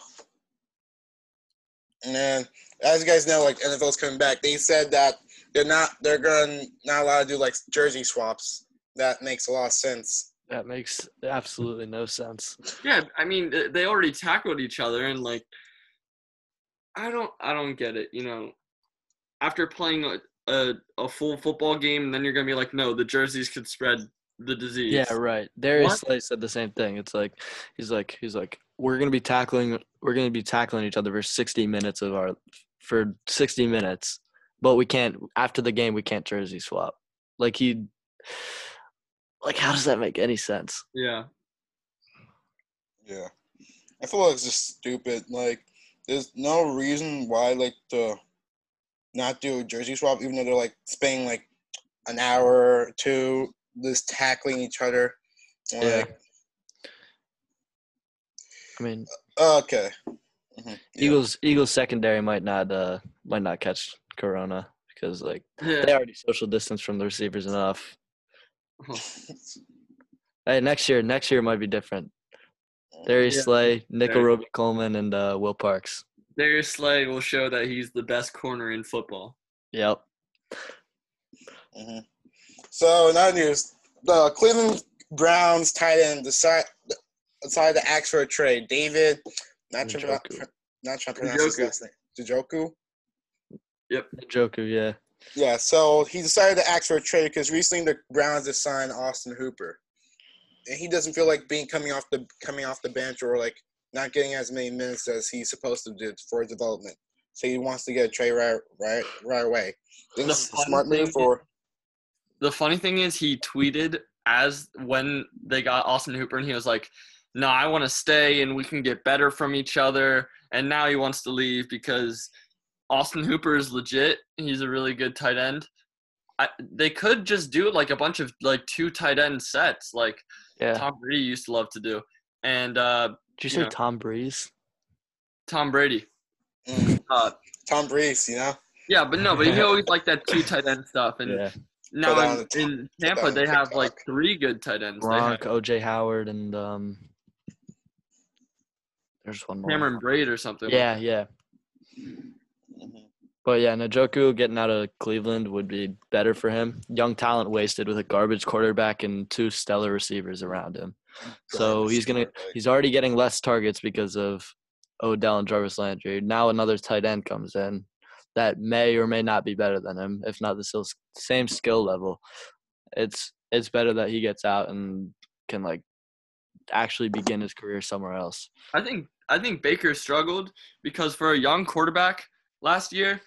[SPEAKER 1] And then, as you guys know, like NFL's coming back. They said that they're not they're going to not allowed to do like jersey swaps. That makes a lot of sense.
[SPEAKER 3] that makes absolutely no sense.
[SPEAKER 2] Yeah, I mean th- they already tackled each other and like I don't I don't get it, you know. After playing a a, a full football game, then you're going to be like, "No, the jerseys could spread the disease."
[SPEAKER 3] Yeah, right. Darius
[SPEAKER 2] What?
[SPEAKER 3] Slay said the same thing. It's like he's like he's like we're gonna be tackling we're gonna be tackling each other for sixty minutes of our for sixty minutes, but we can't after the game we can't jersey swap. Like he, like how does that make any sense?
[SPEAKER 2] Yeah.
[SPEAKER 1] Yeah. I feel like it's just stupid. Like, there's no reason why like to not do a jersey swap, even though they're like spending like an hour or two just tackling each other.
[SPEAKER 3] Yeah.
[SPEAKER 1] Like,
[SPEAKER 3] I mean,
[SPEAKER 2] Uh,
[SPEAKER 1] Okay. Mhm. Yeah.
[SPEAKER 3] Eagles Eagles secondary might not uh might not catch corona because like
[SPEAKER 2] Yeah.
[SPEAKER 3] they already social distance from the receivers enough.
[SPEAKER 1] *laughs*
[SPEAKER 2] Oh.
[SPEAKER 3] Hey, next year next year might be different. Darius
[SPEAKER 2] Yeah.
[SPEAKER 3] Slay, Nickel
[SPEAKER 2] Darius.
[SPEAKER 3] Roby Coleman, and uh, Will Parks.
[SPEAKER 2] Darius Slay will show that he's the best corner in football.
[SPEAKER 3] Yep.
[SPEAKER 1] hmm So in other news, the Cleveland Browns tight end decide decided to ask for a trade. David, not trying to
[SPEAKER 3] Njoku.
[SPEAKER 1] not trying to pronounce his
[SPEAKER 2] Njoku.
[SPEAKER 1] last name. Djoku.
[SPEAKER 3] Joku, yeah.
[SPEAKER 1] Yeah, so he decided to ask for a trade because recently the Browns have signed Austin Hooper, and he doesn't feel like being coming off the coming off the bench or like not getting as many minutes as he's supposed to do for his development. So he wants to get a trade right right right away. Think
[SPEAKER 2] The
[SPEAKER 1] This is a
[SPEAKER 2] fun
[SPEAKER 1] smart
[SPEAKER 2] thing
[SPEAKER 1] move for
[SPEAKER 2] The funny thing is he tweeted as when they got Austin Hooper and he was like, "No, I want to stay and we can get better from each other." And now he wants to leave because Austin Hooper is legit. He's a really good tight end. I, they could just do like a bunch of like two tight end sets like
[SPEAKER 3] Yeah.
[SPEAKER 2] Tom Brady used to love to do. And uh,
[SPEAKER 3] Did you say
[SPEAKER 2] yeah.
[SPEAKER 3] Tom Breeze?
[SPEAKER 2] Tom Brady.
[SPEAKER 1] mm,
[SPEAKER 2] Uh,
[SPEAKER 1] Tom Breeze, you know.
[SPEAKER 2] yeah, but no, but
[SPEAKER 3] *laughs*
[SPEAKER 2] he always liked that two tight end stuff. And
[SPEAKER 3] Yeah.
[SPEAKER 1] Put
[SPEAKER 2] now
[SPEAKER 1] on
[SPEAKER 2] in,
[SPEAKER 1] the-
[SPEAKER 2] in
[SPEAKER 1] put
[SPEAKER 2] Tampa,
[SPEAKER 1] on
[SPEAKER 2] they have
[SPEAKER 1] TikTok.
[SPEAKER 2] like three good tight ends. They have
[SPEAKER 3] Gronk, OJ Howard, and um, there's one more.
[SPEAKER 2] Cameron Braid or something. like
[SPEAKER 3] Yeah, yeah.
[SPEAKER 2] Mm-hmm.
[SPEAKER 3] But yeah, Najoku getting out of Cleveland would be better for him. Young talent wasted with a garbage quarterback and two stellar receivers around him. So
[SPEAKER 1] Garbage
[SPEAKER 3] he's gonna
[SPEAKER 1] quarterback.
[SPEAKER 3] he's already getting less targets because of Odell and Jarvis Landry. Now another tight end comes in that may or may not be better than him, if not the still s- same skill level. It's it's better that he gets out and can like actually begin his career somewhere else.
[SPEAKER 2] I think I think Baker struggled because for a young quarterback last year,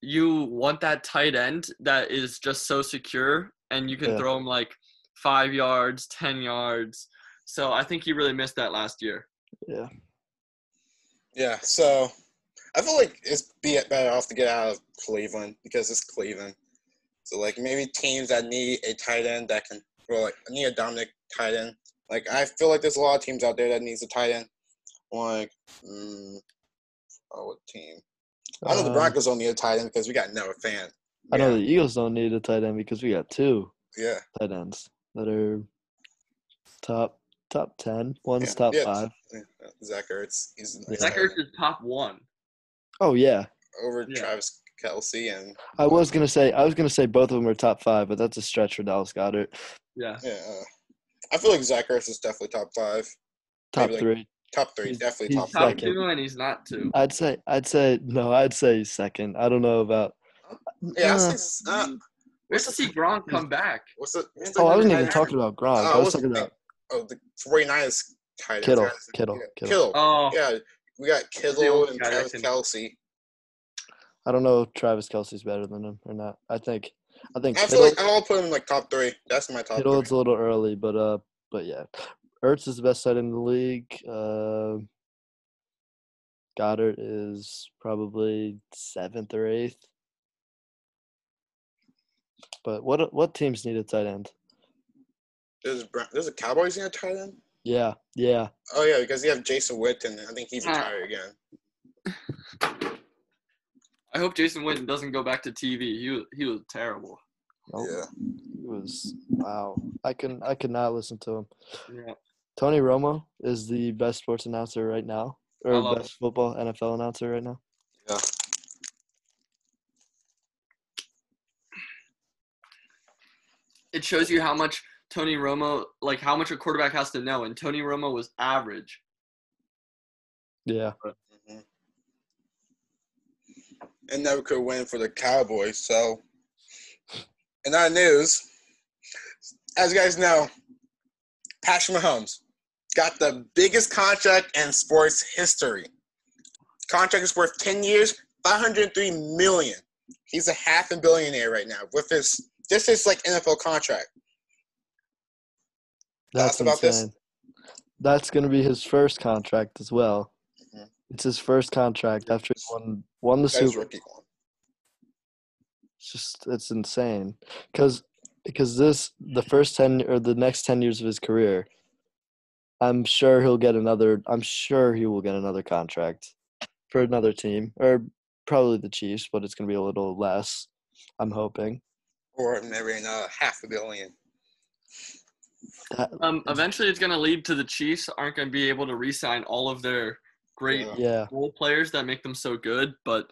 [SPEAKER 2] you want that tight end that is just so secure and you can
[SPEAKER 3] Yeah.
[SPEAKER 2] throw him like five yards, ten yards. So I think he really missed that last year.
[SPEAKER 1] Yeah, so I feel like it's be better off to get out of Cleveland because it's Cleveland. So like maybe teams that need a tight end that can well like need a dominant tight end. Like I feel like there's a lot of teams out there that needs a tight end. Like mm, oh what team? I know the
[SPEAKER 3] Um,
[SPEAKER 1] Broncos don't need a tight end because we got Noah Fan.
[SPEAKER 3] I know the Eagles don't need a tight end because we got two
[SPEAKER 1] Yeah.
[SPEAKER 3] tight ends that are top top ten. One's
[SPEAKER 1] Yeah,
[SPEAKER 3] top
[SPEAKER 1] yeah.
[SPEAKER 3] five.
[SPEAKER 1] yeah. Zach Ertz. He's a nice
[SPEAKER 3] Yeah.
[SPEAKER 2] Zach
[SPEAKER 1] tight end.
[SPEAKER 2] Ertz is top one.
[SPEAKER 3] Oh yeah.
[SPEAKER 1] over
[SPEAKER 2] Yeah.
[SPEAKER 1] Travis Kelsey and
[SPEAKER 3] I was gonna say I was gonna say both of them are top five, but that's a stretch for Dallas Goddard.
[SPEAKER 2] Yeah.
[SPEAKER 1] uh, yeah. I feel like Zach Ertz is definitely top five.
[SPEAKER 3] Top
[SPEAKER 1] like-
[SPEAKER 3] three.
[SPEAKER 1] Top three,
[SPEAKER 3] He's-
[SPEAKER 1] definitely
[SPEAKER 3] he's
[SPEAKER 1] top
[SPEAKER 2] Top
[SPEAKER 3] Second.
[SPEAKER 2] two, and he's not two.
[SPEAKER 3] I'd say I'd say no. I'd say second. I don't know about.
[SPEAKER 1] three. Yeah,
[SPEAKER 3] Uh,
[SPEAKER 1] I see, uh,
[SPEAKER 2] We're to see Gronk come back.
[SPEAKER 1] what's the, what's the
[SPEAKER 3] oh, I wasn't even
[SPEAKER 1] Niners-
[SPEAKER 3] talking about Gronk.
[SPEAKER 1] Oh,
[SPEAKER 3] I was
[SPEAKER 1] what's the
[SPEAKER 3] talking
[SPEAKER 1] thing?
[SPEAKER 3] about
[SPEAKER 1] Oh, the 49ers tight end.
[SPEAKER 3] Kittle,
[SPEAKER 1] Yeah,
[SPEAKER 3] Kittle, Kittle.
[SPEAKER 1] Kittle.
[SPEAKER 2] Oh,
[SPEAKER 1] Yeah, we got
[SPEAKER 2] the
[SPEAKER 1] Kittle
[SPEAKER 2] only
[SPEAKER 1] and
[SPEAKER 2] guy that
[SPEAKER 1] Travis
[SPEAKER 2] can-
[SPEAKER 1] Kelsey.
[SPEAKER 3] I don't know if Travis Kelsey's better than him or not. I think I think
[SPEAKER 1] I feel
[SPEAKER 3] Kittle,
[SPEAKER 1] like I'll put him in like top three. That's my top
[SPEAKER 3] Kittle
[SPEAKER 1] three.
[SPEAKER 3] it's a little early, but uh, but yeah, Ertz is the best side in the league. Uh, Goddard is probably seventh or eighth. But what what teams need a tight end?
[SPEAKER 1] There's Bra- there's a Cowboys in a tight end.
[SPEAKER 3] Yeah, yeah.
[SPEAKER 1] Oh yeah, because you have Jason Witt and I think he's
[SPEAKER 2] Ah.
[SPEAKER 1] retired again.
[SPEAKER 2] I hope Jason Witten doesn't go back to TV. He was, he was terrible.
[SPEAKER 3] Nope.
[SPEAKER 1] Yeah.
[SPEAKER 3] He was wow. I can I could not listen to him.
[SPEAKER 2] Yeah.
[SPEAKER 3] Tony Romo is the best sports announcer right now,
[SPEAKER 2] I
[SPEAKER 3] or
[SPEAKER 2] love
[SPEAKER 3] best football NFL announcer right now.
[SPEAKER 1] Yeah.
[SPEAKER 2] It shows you how much Tony Romo, like how much a quarterback has to know. And Tony Romo was average.
[SPEAKER 3] Yeah,
[SPEAKER 1] Mhm. And never could win for the Cowboys. So, in our news, as you guys know, Patrick Mahomes got the biggest contract in sports history. Contract is worth ten years, five hundred three million. He's a half a billionaire right now with his. This is like NFL contract.
[SPEAKER 3] that's
[SPEAKER 1] Thoughts about this?
[SPEAKER 3] insane. That's gonna be his first contract as well.
[SPEAKER 1] Mhm.
[SPEAKER 3] It's his first contract after he won won the
[SPEAKER 1] That is
[SPEAKER 3] Super.
[SPEAKER 1] rookie one.
[SPEAKER 3] It's just it's insane because because this the first ten or the next ten years of his career. I'm sure he'll get another. I'm sure he will get another contract for another team or probably the Chiefs, but it's gonna be a little less. I'm hoping.
[SPEAKER 1] or maybe in a half a billion.
[SPEAKER 3] That,
[SPEAKER 2] Um, eventually, it's going to lead to the Chiefs aren't going to be able to re-sign all of their great
[SPEAKER 1] Yeah.
[SPEAKER 3] yeah.
[SPEAKER 2] role players that make them so good, but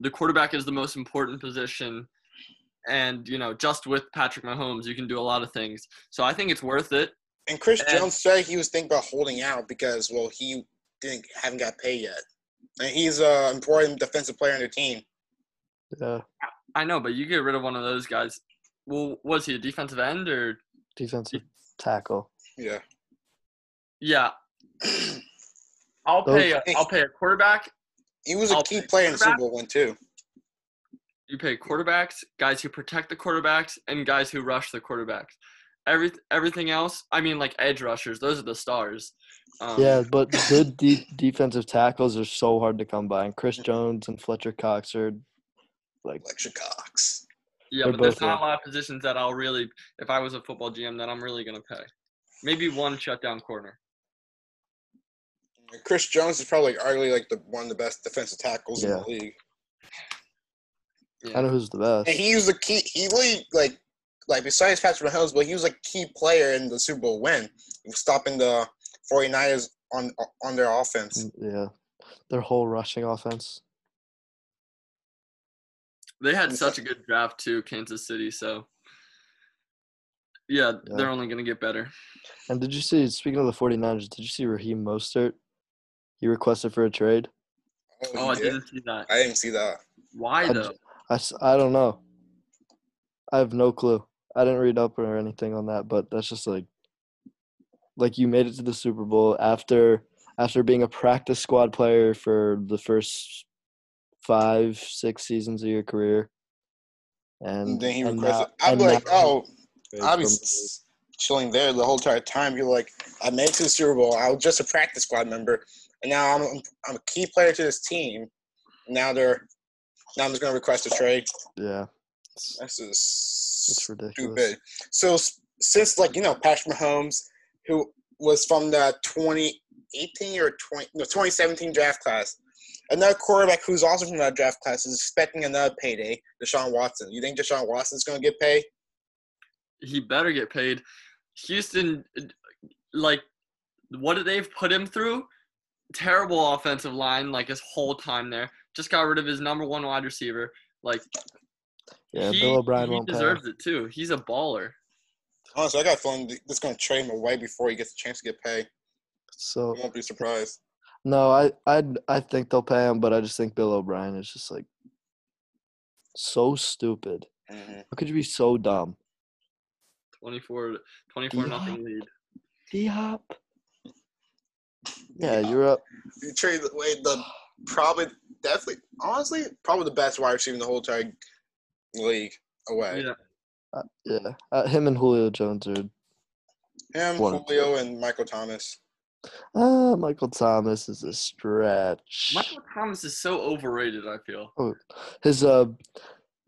[SPEAKER 2] the quarterback is the most important position. And you know, just with Patrick Mahomes, you can do a lot of things. So I think it's worth it.
[SPEAKER 1] And Chris
[SPEAKER 2] And-
[SPEAKER 1] Jones said he was thinking about holding out because well he didn't haven't got paid yet, and he's an important defensive player on the team.
[SPEAKER 3] Yeah,
[SPEAKER 2] I know, but you get rid of one of those guys. Well, was he a defensive end or?
[SPEAKER 3] defensive tackle.
[SPEAKER 1] Yeah,
[SPEAKER 2] Yeah, *clears throat* I'll
[SPEAKER 3] Those-
[SPEAKER 2] pay. A, I'll pay a quarterback.
[SPEAKER 1] he was a
[SPEAKER 2] I'll
[SPEAKER 1] key
[SPEAKER 2] play
[SPEAKER 1] player in the Super
[SPEAKER 2] quarterback.
[SPEAKER 1] Bowl one too.
[SPEAKER 2] You pay quarterbacks, guys who protect the quarterbacks, and guys who rush the quarterbacks. Every everything else, I mean, like edge rushers, those are the stars. Um,
[SPEAKER 3] Yeah, but good de- defensive tackles are so hard to come by. And Chris Jones and Fletcher Cox are like
[SPEAKER 1] Lecture Cox.
[SPEAKER 2] Yeah,
[SPEAKER 3] They're
[SPEAKER 2] but there's
[SPEAKER 3] both
[SPEAKER 2] not
[SPEAKER 3] in.
[SPEAKER 2] a lot of positions that I'll really, if I was a football GM, that I'm really gonna pay. Maybe one shutdown corner.
[SPEAKER 1] And Chris Jones is probably arguably like the one of the best defensive tackles in
[SPEAKER 3] Yeah.
[SPEAKER 1] the league,
[SPEAKER 3] I know who's the best.
[SPEAKER 1] and he was a key. He really like like besides Patrick Mahomes, but he was a key player in the Super Bowl win, stopping the 49ers on on their offense.
[SPEAKER 3] Mm, yeah, their whole rushing offense.
[SPEAKER 2] They had
[SPEAKER 1] Yeah.
[SPEAKER 2] such a good draft too, Kansas City. So yeah,
[SPEAKER 3] Yeah.
[SPEAKER 2] they're only gonna get better.
[SPEAKER 3] And did you see? Speaking of the 49ers, did you see Raheem Mostert? He requested for a trade.
[SPEAKER 1] he
[SPEAKER 2] Oh, I
[SPEAKER 1] did?
[SPEAKER 2] didn't see that.
[SPEAKER 1] I didn't see that.
[SPEAKER 2] Why
[SPEAKER 3] I
[SPEAKER 2] though?
[SPEAKER 3] I, s- I don't know. I have no clue. I didn't read up or anything on that, but that's just like like you made it to the Super Bowl after after being a practice squad player for the first five, six seasons of your career. And,
[SPEAKER 1] And then he
[SPEAKER 3] and
[SPEAKER 1] requested.
[SPEAKER 3] now-
[SPEAKER 1] I'm
[SPEAKER 3] and
[SPEAKER 1] like,
[SPEAKER 3] now-
[SPEAKER 1] oh, I'll be s- chilling there the whole entire time. You're like, I made it to the Super Bowl. I was just a practice squad member, and now I'm I'm a key player to this team. Now they're now I'm just gonna request a trade.
[SPEAKER 3] Yeah. It's,
[SPEAKER 1] This is
[SPEAKER 3] it's ridiculous.
[SPEAKER 1] stupid. So s- since like you know Patrick Mahomes, who was from the 2018 or 20 no 2017 draft class, another quarterback who's also from that draft class is expecting another payday. Deshaun Watson. You think Deshaun Watson's gonna get paid?
[SPEAKER 2] He better get paid. Houston, like, what did they've put him through? Terrible offensive line, like his whole time there. Just got rid of his number one wide receiver. Like
[SPEAKER 3] Yeah,
[SPEAKER 2] he,
[SPEAKER 3] Bill O'Brien
[SPEAKER 2] he
[SPEAKER 3] won't pay. him.
[SPEAKER 2] deserves it too. He's a baller.
[SPEAKER 1] Honestly, I got a feeling th- that's going to trade him away before he gets a chance to get paid.
[SPEAKER 3] So
[SPEAKER 1] I won't be surprised.
[SPEAKER 3] no, I I I think they'll pay him, but I just think Bill O'Brien is just like so stupid.
[SPEAKER 1] Mhm.
[SPEAKER 3] How could you be so dumb?
[SPEAKER 2] 24, 24 nothing lead.
[SPEAKER 3] D Hop. Yeah, you're up.
[SPEAKER 1] You trade away the probably, definitely, honestly, probably the best wide receiver in the whole entire league away.
[SPEAKER 2] Yeah.
[SPEAKER 3] Yeah, uh, him and Julio Jones are.
[SPEAKER 1] Him,
[SPEAKER 3] One.
[SPEAKER 1] Julio, and Michael Thomas.
[SPEAKER 3] Ah, Michael Thomas is a stretch.
[SPEAKER 2] Michael Thomas is so overrated, I feel.
[SPEAKER 3] His uh,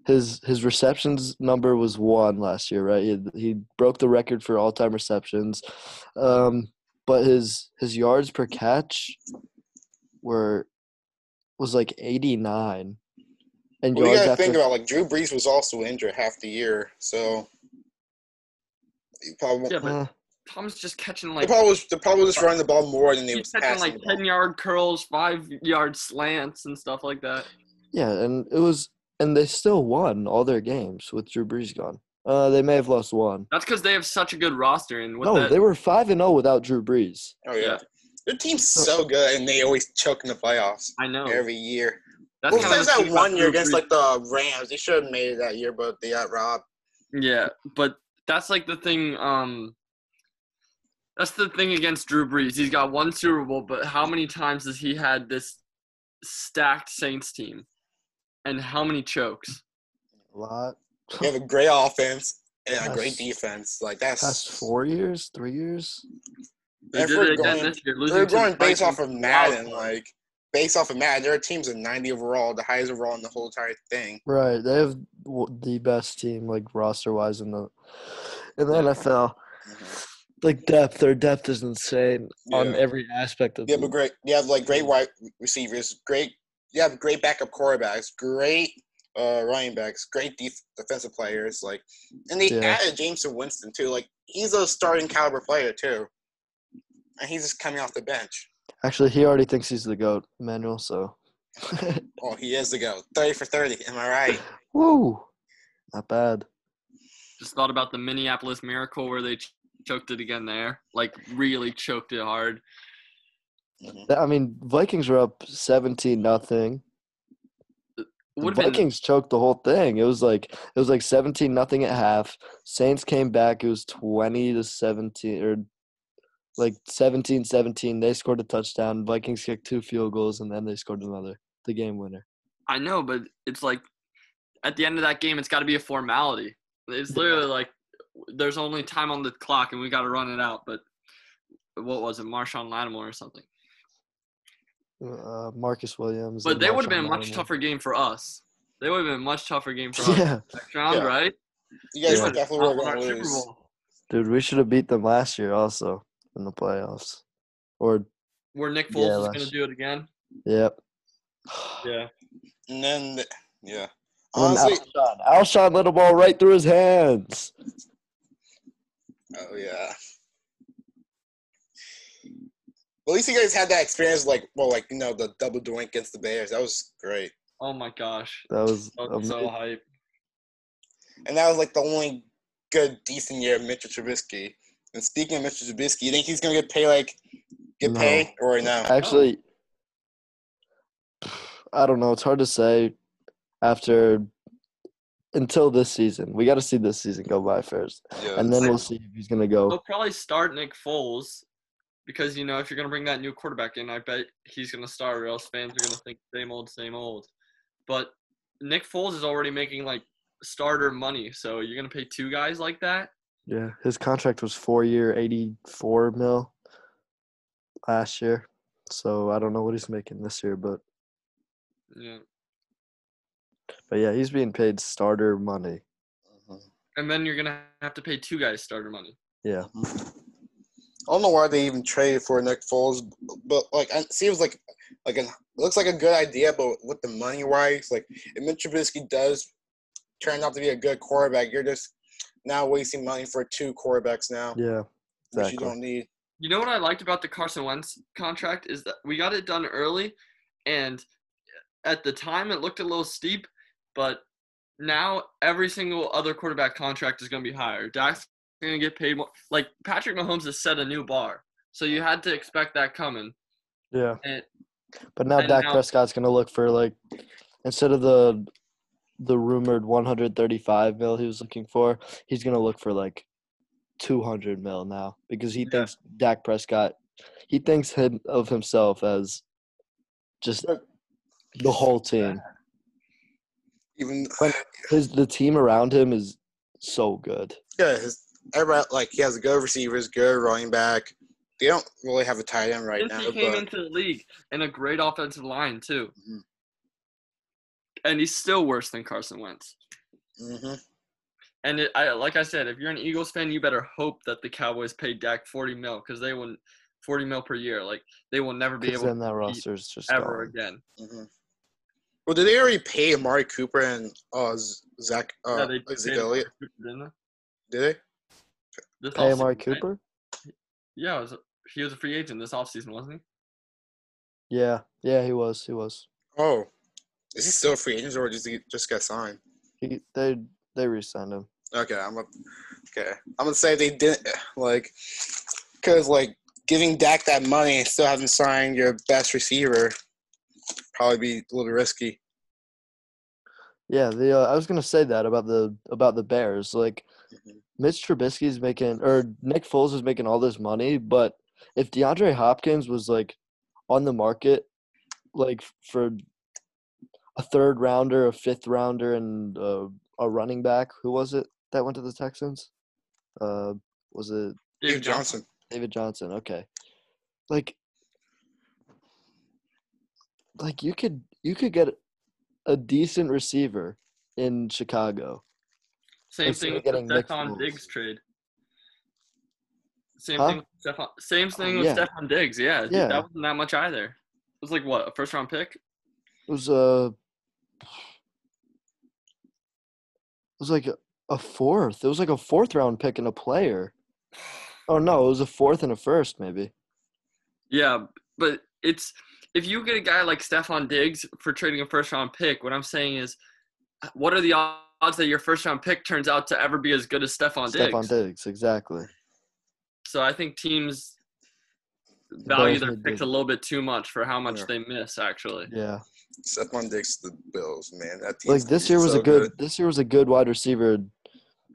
[SPEAKER 3] his his receptions number was one last year, right? He, he broke the record for all time receptions, um, but his his yards per catch were was like eighty nine, and
[SPEAKER 1] Well, you
[SPEAKER 3] yards
[SPEAKER 1] gotta
[SPEAKER 3] after
[SPEAKER 1] think about like Drew Brees was also injured half the year, so he probably won't-
[SPEAKER 2] Yeah, but
[SPEAKER 3] Eh,
[SPEAKER 2] Thomas just catching
[SPEAKER 1] they
[SPEAKER 2] like
[SPEAKER 1] probably was they probably just running the ball more than they was
[SPEAKER 2] he's catching
[SPEAKER 1] passing.
[SPEAKER 2] like
[SPEAKER 1] the ball.
[SPEAKER 2] ten yard curls, five yard slants, and stuff like that.
[SPEAKER 3] yeah, and it was and they still won all their games with Drew Brees gone. Uh, they may have lost one.
[SPEAKER 2] That's because they have such a good roster, and with
[SPEAKER 3] No,
[SPEAKER 2] that,
[SPEAKER 3] they were five and zero without Drew Brees.
[SPEAKER 1] oh yeah.
[SPEAKER 2] yeah.
[SPEAKER 1] their team's so good, and they always choke in the playoffs
[SPEAKER 2] I know.
[SPEAKER 1] every year.
[SPEAKER 2] That's
[SPEAKER 1] Well,
[SPEAKER 2] kinda
[SPEAKER 1] there's
[SPEAKER 2] the
[SPEAKER 1] that
[SPEAKER 2] thing about
[SPEAKER 1] one year
[SPEAKER 2] Drew
[SPEAKER 1] against
[SPEAKER 2] Brees.
[SPEAKER 1] like the Rams. They should have made it that year, but they got robbed.
[SPEAKER 2] Yeah, but that's like the thing. Um, that's the thing against Drew Brees. He's got one Super Bowl, but how many times has he had this stacked Saints team, and how many chokes?
[SPEAKER 3] A lot.
[SPEAKER 1] You have a great offense and a
[SPEAKER 3] That's-
[SPEAKER 1] great defense. Like that's
[SPEAKER 3] Past four years, three years.
[SPEAKER 2] They
[SPEAKER 1] If
[SPEAKER 2] did
[SPEAKER 1] we're
[SPEAKER 2] it again
[SPEAKER 1] going-
[SPEAKER 2] this year, losing
[SPEAKER 1] they're
[SPEAKER 2] to the
[SPEAKER 1] going based off
[SPEAKER 2] Vikings.
[SPEAKER 1] of Madden.
[SPEAKER 2] Wild card.
[SPEAKER 1] Like based off of Madden, their team's a 90 overall, the highest overall in the whole entire thing.
[SPEAKER 3] Right, they have w- the best team like roster wise in the in the NFL.
[SPEAKER 2] Mm-hmm.
[SPEAKER 3] Like depth, their depth is insane on
[SPEAKER 1] Yeah.
[SPEAKER 3] every aspect of
[SPEAKER 1] You have a
[SPEAKER 3] the
[SPEAKER 1] great. You have like great wide receivers. Great. You have great backup quarterbacks. Great uh, running backs. Great def- defensive players. Like, and they
[SPEAKER 3] Yeah.
[SPEAKER 1] added Jameson Winston too. Like he's a starting caliber player too, and he's just coming off the bench.
[SPEAKER 3] Actually, he already thinks he's the goat, Manuel. So,
[SPEAKER 1] Oh, he is the go. Thirty for thirty. Am I right?
[SPEAKER 3] woo, not bad.
[SPEAKER 2] Just thought about the Minneapolis Miracle where they ch- choked it again there, like really choked it hard.
[SPEAKER 1] Mhm.
[SPEAKER 3] Th- I mean, Vikings were up seventeen nothing. The
[SPEAKER 2] Would have been
[SPEAKER 3] Vikings choked the whole thing. It was like it was like seventeen nothing at half. Saints came back. It was twenty to seventeen or like 17-17. They scored a touchdown. Vikings kicked two field goals and then they scored another. The game winner.
[SPEAKER 2] I know, but it's like at the end of that game, it's got to be a formality. It's literally like there's only time on the clock, and we got to run it out. But what was it, Marshawn Lattimore or something?
[SPEAKER 3] Uh, Marcus Williams.
[SPEAKER 2] But
[SPEAKER 3] and
[SPEAKER 2] they would have been a
[SPEAKER 3] Marshawn
[SPEAKER 2] much
[SPEAKER 3] *laughs* Lattimore.
[SPEAKER 2] tougher game for us. They would have been a much tougher game for us
[SPEAKER 3] *laughs* Yeah,
[SPEAKER 2] next round,
[SPEAKER 1] Yeah.
[SPEAKER 2] right?
[SPEAKER 1] You guys
[SPEAKER 3] Yeah.
[SPEAKER 1] were definitely were
[SPEAKER 2] Out of our
[SPEAKER 1] going to
[SPEAKER 2] Super
[SPEAKER 1] lose.
[SPEAKER 2] Bowl.
[SPEAKER 3] dude, we should have beat them last year also in the playoffs. Or
[SPEAKER 2] Where Nick
[SPEAKER 3] Yeah,
[SPEAKER 2] Foles is
[SPEAKER 3] last-
[SPEAKER 2] going to do it again.
[SPEAKER 3] yep. *sighs*
[SPEAKER 2] Yeah.
[SPEAKER 1] And then, the- yeah.
[SPEAKER 3] And then uh,
[SPEAKER 1] Honestly,
[SPEAKER 3] Alshon, Alshon let a ball right through his hands.
[SPEAKER 1] oh yeah. At least you guys had that experience, like, well, like you know, the double doink against the Bears. That was great,
[SPEAKER 2] Oh my gosh.
[SPEAKER 3] That was
[SPEAKER 2] I was so
[SPEAKER 3] amazing.
[SPEAKER 2] hype.
[SPEAKER 1] and that was like the only good, decent year of Mitchell Trubisky. And speaking of Mitchell Trubisky, you think he's gonna get paid, like, get
[SPEAKER 3] No.
[SPEAKER 1] paid or no?
[SPEAKER 3] Actually, *sighs* I don't know. It's hard to say after until this season. We got to see this season go by first, and then we'll see if he's gonna go.
[SPEAKER 2] They'll probably start Nick Foles because, you know, if you're going to bring that new quarterback in, I bet he's going to start or else fans are going to think same old, same old. But Nick Foles is already making, like, starter money. So you're going to pay two guys like that?
[SPEAKER 3] Yeah, his contract was four year, eighty four mil last year. So I don't know what he's making this year, but
[SPEAKER 2] Yeah.
[SPEAKER 3] but yeah, he's being paid starter money.
[SPEAKER 2] And then you're going to have to pay two guys starter money.
[SPEAKER 3] Yeah,
[SPEAKER 1] uh-huh. I don't know why they even traded for Nick Foles, but like it seems like like an, it looks like a good idea, but with the money wise, like if Mitch Trubisky does turn out to be a good quarterback, you're just now wasting money for two quarterbacks now,
[SPEAKER 3] yeah,
[SPEAKER 1] which you
[SPEAKER 3] exactly.
[SPEAKER 1] don't need.
[SPEAKER 2] You know what I liked about the Carson Wentz contract is that we got it done early, and at the time it looked a little steep, but now every single other quarterback contract is going to be higher. Dak's going to get paid more. Like Patrick Mahomes has set a new bar. So you had to expect that coming.
[SPEAKER 3] Yeah.
[SPEAKER 2] And-
[SPEAKER 3] But now
[SPEAKER 2] and
[SPEAKER 3] Dak
[SPEAKER 2] now-
[SPEAKER 3] Prescott's gonna look for like instead of the the rumored 135 mil he was looking for, he's gonna look for like 200 mil now because he
[SPEAKER 2] Yeah.
[SPEAKER 3] thinks Dak Prescott he thinks him of himself as just the whole team.
[SPEAKER 1] Even
[SPEAKER 3] His the team around him is so good.
[SPEAKER 1] yeah, his, everybody like he has good receivers, good running back. They don't really have a tight end right
[SPEAKER 2] Since
[SPEAKER 1] now,
[SPEAKER 2] he came
[SPEAKER 1] but
[SPEAKER 2] into the league and a great offensive line too.
[SPEAKER 1] Mhm.
[SPEAKER 2] And he's still worse than Carson Wentz.
[SPEAKER 1] hmm
[SPEAKER 2] And it, I, like I said, if you're an Eagles fan, you better hope that the Cowboys pay Dak 40 mil because they will 40 mil per year. Like they will never be
[SPEAKER 3] 'Cause
[SPEAKER 2] able
[SPEAKER 3] then that roster is just
[SPEAKER 2] ever
[SPEAKER 3] gone.
[SPEAKER 2] again.
[SPEAKER 1] hmm well, did they already pay Amari Cooper and uh, Z- Zach uh,
[SPEAKER 2] Yeah, they paid
[SPEAKER 1] Zeke
[SPEAKER 2] Amari
[SPEAKER 1] Elliott?
[SPEAKER 2] Cooper, didn't they?
[SPEAKER 1] Did they?
[SPEAKER 2] This
[SPEAKER 3] Pay
[SPEAKER 2] offseason,
[SPEAKER 3] Amari
[SPEAKER 2] right?
[SPEAKER 3] Cooper?
[SPEAKER 2] Yeah, it was, he was a free agent this offseason, wasn't he?
[SPEAKER 3] Yeah, yeah, he was. He was.
[SPEAKER 1] Oh, is he still a free agent or did he just get signed?
[SPEAKER 3] He, they they re-signed him.
[SPEAKER 1] Okay, I'm a, okay. I'm gonna say they didn't like, cause like giving Dak that money and still having signed your best receiver probably be a little risky.
[SPEAKER 3] Yeah, the uh, I was gonna say that about the about the Bears. Like
[SPEAKER 1] Mhm.
[SPEAKER 3] Mitch Trubisky's making or Nick Foles is making all this money, but if DeAndre Hopkins was like on the market, like for a third rounder, a fifth rounder, and uh, a running back, who was it that went to the Texans? Uh, was it
[SPEAKER 1] Dave, Johnson.
[SPEAKER 3] David Johnson. Okay. Like like you could you could get a decent receiver in Chicago.
[SPEAKER 2] Same
[SPEAKER 3] Instead
[SPEAKER 2] thing
[SPEAKER 3] of
[SPEAKER 2] with the
[SPEAKER 3] getting Nick
[SPEAKER 2] Stephon
[SPEAKER 3] Foles.
[SPEAKER 2] Diggs trade. Same
[SPEAKER 3] Huh? Oh,
[SPEAKER 2] thing with Stephon, same thing with
[SPEAKER 3] yeah.
[SPEAKER 2] Stephon Diggs, yeah. dude,
[SPEAKER 3] Yeah.
[SPEAKER 2] that wasn't that much either. It was like what, a first round pick?
[SPEAKER 3] It was a it was like a, a fourth. It was like a fourth round pick and a player. Oh no, it was a fourth and a first maybe.
[SPEAKER 2] Yeah, but it's if you get a guy like Stephon Diggs for trading a first round pick, what I'm saying is what are the odds that your first round pick turns out to ever be as good as Stephon Diggs?
[SPEAKER 3] Stephon Diggs, exactly.
[SPEAKER 2] So I think teams value
[SPEAKER 3] Bears
[SPEAKER 2] their
[SPEAKER 3] need
[SPEAKER 2] picks
[SPEAKER 3] to-
[SPEAKER 2] a little bit too much for how much
[SPEAKER 1] Yeah.
[SPEAKER 2] they miss actually.
[SPEAKER 3] Yeah.
[SPEAKER 1] Stephon Diggs, to the Bills, man. That team's
[SPEAKER 3] Like this year was
[SPEAKER 1] so
[SPEAKER 3] a good this year was a good wide receiver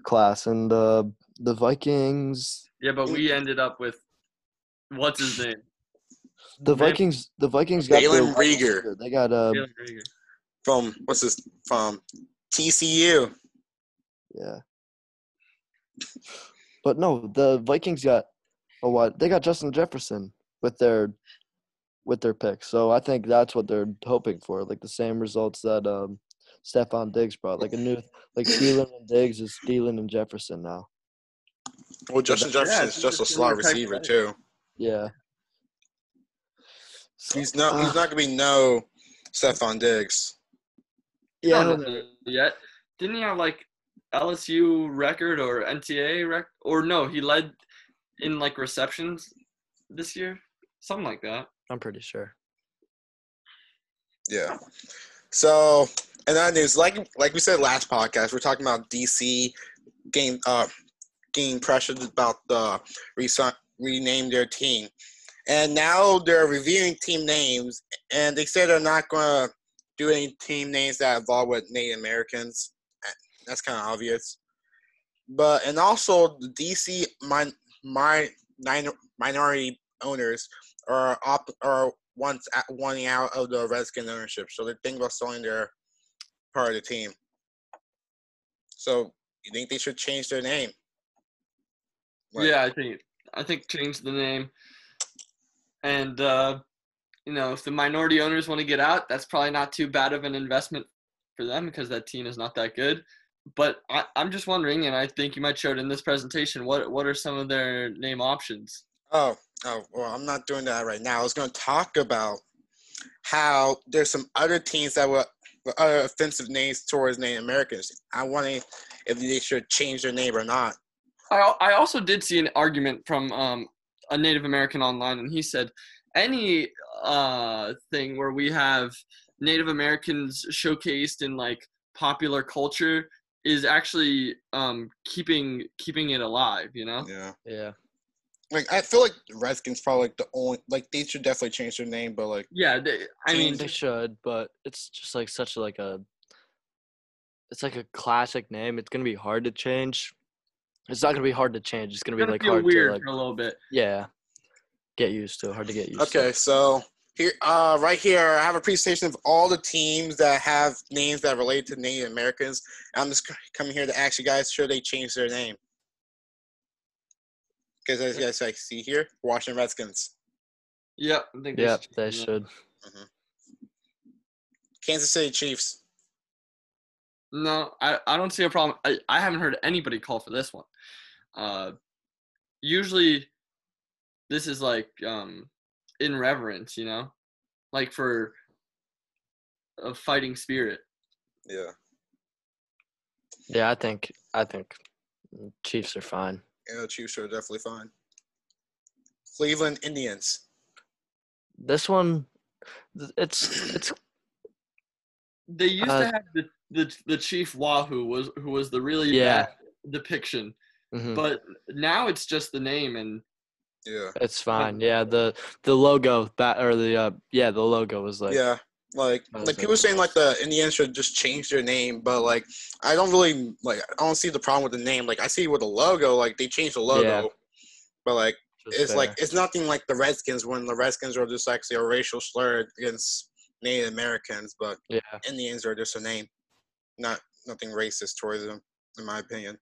[SPEAKER 3] class and uh the Vikings
[SPEAKER 2] Yeah, but we ended up with what's his name?
[SPEAKER 3] The
[SPEAKER 2] Van-
[SPEAKER 3] Vikings, the Vikings got
[SPEAKER 1] Jalen
[SPEAKER 3] their wide
[SPEAKER 1] Reagor.
[SPEAKER 3] receiver. They got uh,
[SPEAKER 2] Jalen Reagor.
[SPEAKER 1] From what's this? From TCU.
[SPEAKER 3] yeah. But no, the Vikings got a lot. They got Justin Jefferson with their with their pick. So I think that's what they're hoping for, like the same results that um Stephon Diggs brought, like a new like Thielen and Diggs is Thielen and Jefferson now.
[SPEAKER 1] Well, Justin Jefferson
[SPEAKER 2] Yeah,
[SPEAKER 1] is
[SPEAKER 2] he's
[SPEAKER 1] just a
[SPEAKER 2] just
[SPEAKER 1] slot
[SPEAKER 2] gonna be a tight
[SPEAKER 1] receiver
[SPEAKER 2] end.
[SPEAKER 1] too.
[SPEAKER 3] Yeah. So,
[SPEAKER 1] He's not.
[SPEAKER 3] ah,
[SPEAKER 1] He's not gonna be no Stephon Diggs.
[SPEAKER 3] yeah, I
[SPEAKER 2] Not
[SPEAKER 3] don't know.
[SPEAKER 2] really yet. Didn't he have like LSU record or NTA rec or no, he led in like receptions this year? Something like that.
[SPEAKER 3] I'm pretty sure.
[SPEAKER 1] Yeah. So, and that news, like like we said last podcast, we're talking about DC game uh getting pressured about the resign, rename their team, and now they're reviewing team names, and they say they're not gonna do any team names that involve with Native Americans. That's kind of obvious, but and also the DC min, my minor, minority owners are op, are once at, wanting out of the Redskin ownership, so they're thinking about selling their part of the team. So you think they should change their name? Like,
[SPEAKER 2] Yeah, I think I think change the name. And uh, you know, if the minority owners want to get out, that's probably not too bad of an investment for them because that team is not that good. But I, I'm just wondering, and I think you might show it in this presentation. What what are some of their name options?
[SPEAKER 1] Oh, oh, well, I'm not doing that right now. I was going to talk about how there's some other teams that were with other offensive names towards Native Americans. I wondering if they should change their name or not.
[SPEAKER 2] I, al- I also did see an argument from um, a Native American online, and he said any uh, thing where we have Native Americans showcased in like popular culture is actually um, keeping keeping it alive. You know,
[SPEAKER 1] Yeah.
[SPEAKER 3] Yeah.
[SPEAKER 1] Like I feel like Redskins probably like the only like they should definitely change their name, but like
[SPEAKER 2] Yeah, they, I mean,
[SPEAKER 3] they should, but it's just like such like a. It's like a classic name. It's gonna be hard to change. It's not gonna be hard to change. It's gonna
[SPEAKER 2] it's
[SPEAKER 3] be
[SPEAKER 2] gonna
[SPEAKER 3] like
[SPEAKER 2] feel
[SPEAKER 3] hard
[SPEAKER 2] weird
[SPEAKER 3] to like
[SPEAKER 2] for a little bit.
[SPEAKER 3] yeah, get used to. Hard to get used.
[SPEAKER 1] Okay, so here, uh, right here, I have a presentation of all the teams that have names that relate to Native Americans. I'm just c- coming here to ask you guys, should they change their name? Because as you guys like, see here, Washington Redskins,
[SPEAKER 2] Yeah, I think
[SPEAKER 3] to. Yep,
[SPEAKER 2] should
[SPEAKER 3] they
[SPEAKER 2] change that.
[SPEAKER 3] should.
[SPEAKER 1] Kansas City Chiefs.
[SPEAKER 2] No, I, I don't see a problem. I, I haven't heard anybody call for this one. Uh, usually, this is like um, in reverence, you know, like for a fighting spirit.
[SPEAKER 1] Yeah.
[SPEAKER 3] Yeah, I think I think Chiefs are fine.
[SPEAKER 1] Yeah, Chiefs are definitely fine. Cleveland Indians.
[SPEAKER 3] This one, th- it's it's
[SPEAKER 2] They used
[SPEAKER 3] Uh,
[SPEAKER 2] to have the, the the chief Wahoo was who was the really
[SPEAKER 3] Yeah.
[SPEAKER 2] bad depiction,
[SPEAKER 3] mhm,
[SPEAKER 2] but now it's just the name and
[SPEAKER 1] Yeah.
[SPEAKER 3] it's fine. Yeah, the the logo that or the uh yeah the logo was like
[SPEAKER 1] yeah. Like
[SPEAKER 3] Oh,
[SPEAKER 1] like
[SPEAKER 3] so-
[SPEAKER 1] people saying like the Indians should just change their name, but like I don't really like I don't see the problem with the name. Like I see with the logo, like they changed the logo.
[SPEAKER 3] Yeah.
[SPEAKER 1] But like
[SPEAKER 3] just
[SPEAKER 1] it's like
[SPEAKER 3] fair.
[SPEAKER 1] it's nothing like the Redskins when the Redskins are just actually a racial slur against Native Americans, but
[SPEAKER 3] yeah
[SPEAKER 1] Indians are just a name. Not nothing racist towards them, in my opinion.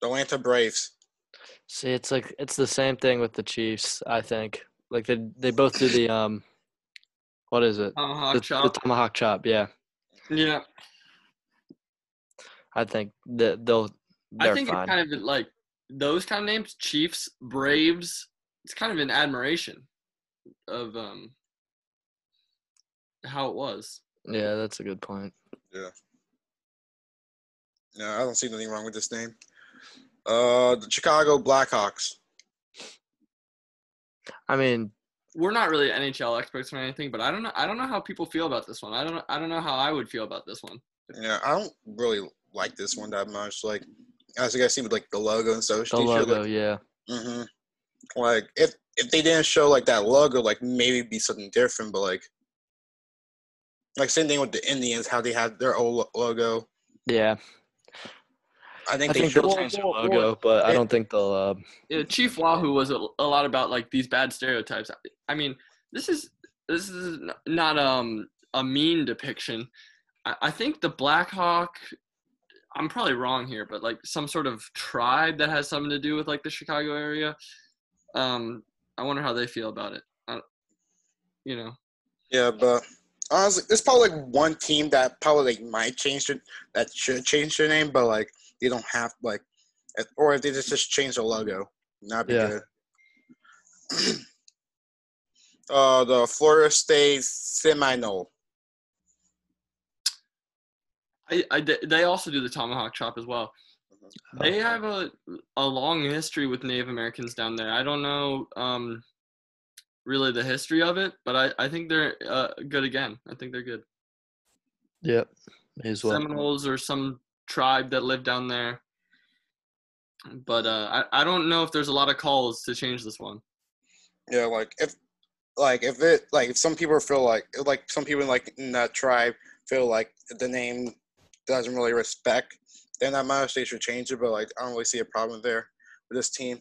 [SPEAKER 1] The Atlanta Braves.
[SPEAKER 3] See, it's like it's the same thing with the Chiefs. I think like they they both do the um, what is it?
[SPEAKER 2] tomahawk
[SPEAKER 3] The, the
[SPEAKER 2] chop.
[SPEAKER 3] tomahawk chop. Yeah,
[SPEAKER 2] yeah,
[SPEAKER 3] I think that they'll they're
[SPEAKER 2] I think
[SPEAKER 3] fine.
[SPEAKER 2] it's kind of like those kind of names, Chiefs, Braves. It's kind of an admiration of um how it was.
[SPEAKER 3] yeah, that's a good point.
[SPEAKER 1] No, I don't see nothing wrong with this name. Uh the Chicago Blackhawks.
[SPEAKER 3] I mean,
[SPEAKER 2] We're not really NHL experts or anything, but I don't know. I don't know how people feel about this one. I don't. I don't know how I would feel about this one.
[SPEAKER 1] Yeah, I don't really like this one that much. Like, as you guys see with like the logo and stuff,
[SPEAKER 3] the logo. yeah,
[SPEAKER 1] hmm Like, if if they didn't show like that logo, like maybe it'd be something different. But like, like same thing with the Indians, how they had their old lo- logo.
[SPEAKER 3] yeah.
[SPEAKER 1] I think
[SPEAKER 3] I
[SPEAKER 1] they
[SPEAKER 3] think
[SPEAKER 1] should.
[SPEAKER 3] they'll change their
[SPEAKER 2] Well, well,
[SPEAKER 3] logo, but I
[SPEAKER 1] it-
[SPEAKER 3] don't think they'll. Uh,
[SPEAKER 2] Yeah, Chief Wahoo was a, a lot about like these bad stereotypes. I- I mean, this is this is n- not um a mean depiction. I, I think the Black Hawk. I'm probably wrong here, but like some sort of tribe that has something to do with like the Chicago area. Um, I wonder how they feel about it. I, you know,
[SPEAKER 1] Yeah, but honestly, it's probably like one team that probably like might change it, that should change their name, but like they don't have like, if- or if they just just change the logo, not be
[SPEAKER 3] Yeah.
[SPEAKER 1] good. *clears throat* uh, the Florida State Seminole.
[SPEAKER 2] I, I they- they also do the tomahawk chop as well.
[SPEAKER 3] Mm-hmm.
[SPEAKER 2] They have a a long history with Native Americans down there. I don't know um, really the history of it, but I, I think they're uh, good again. I think they're good.
[SPEAKER 3] yep. May as well.
[SPEAKER 2] Seminoles or some tribe that lived down there. But uh, I, I don't know if there's a lot of calls to change this one.
[SPEAKER 1] Yeah, like if like if it like if some people feel like like some people like in that tribe feel like the name doesn't really respect, then that might they should change it. But like I don't really see a problem there with this team.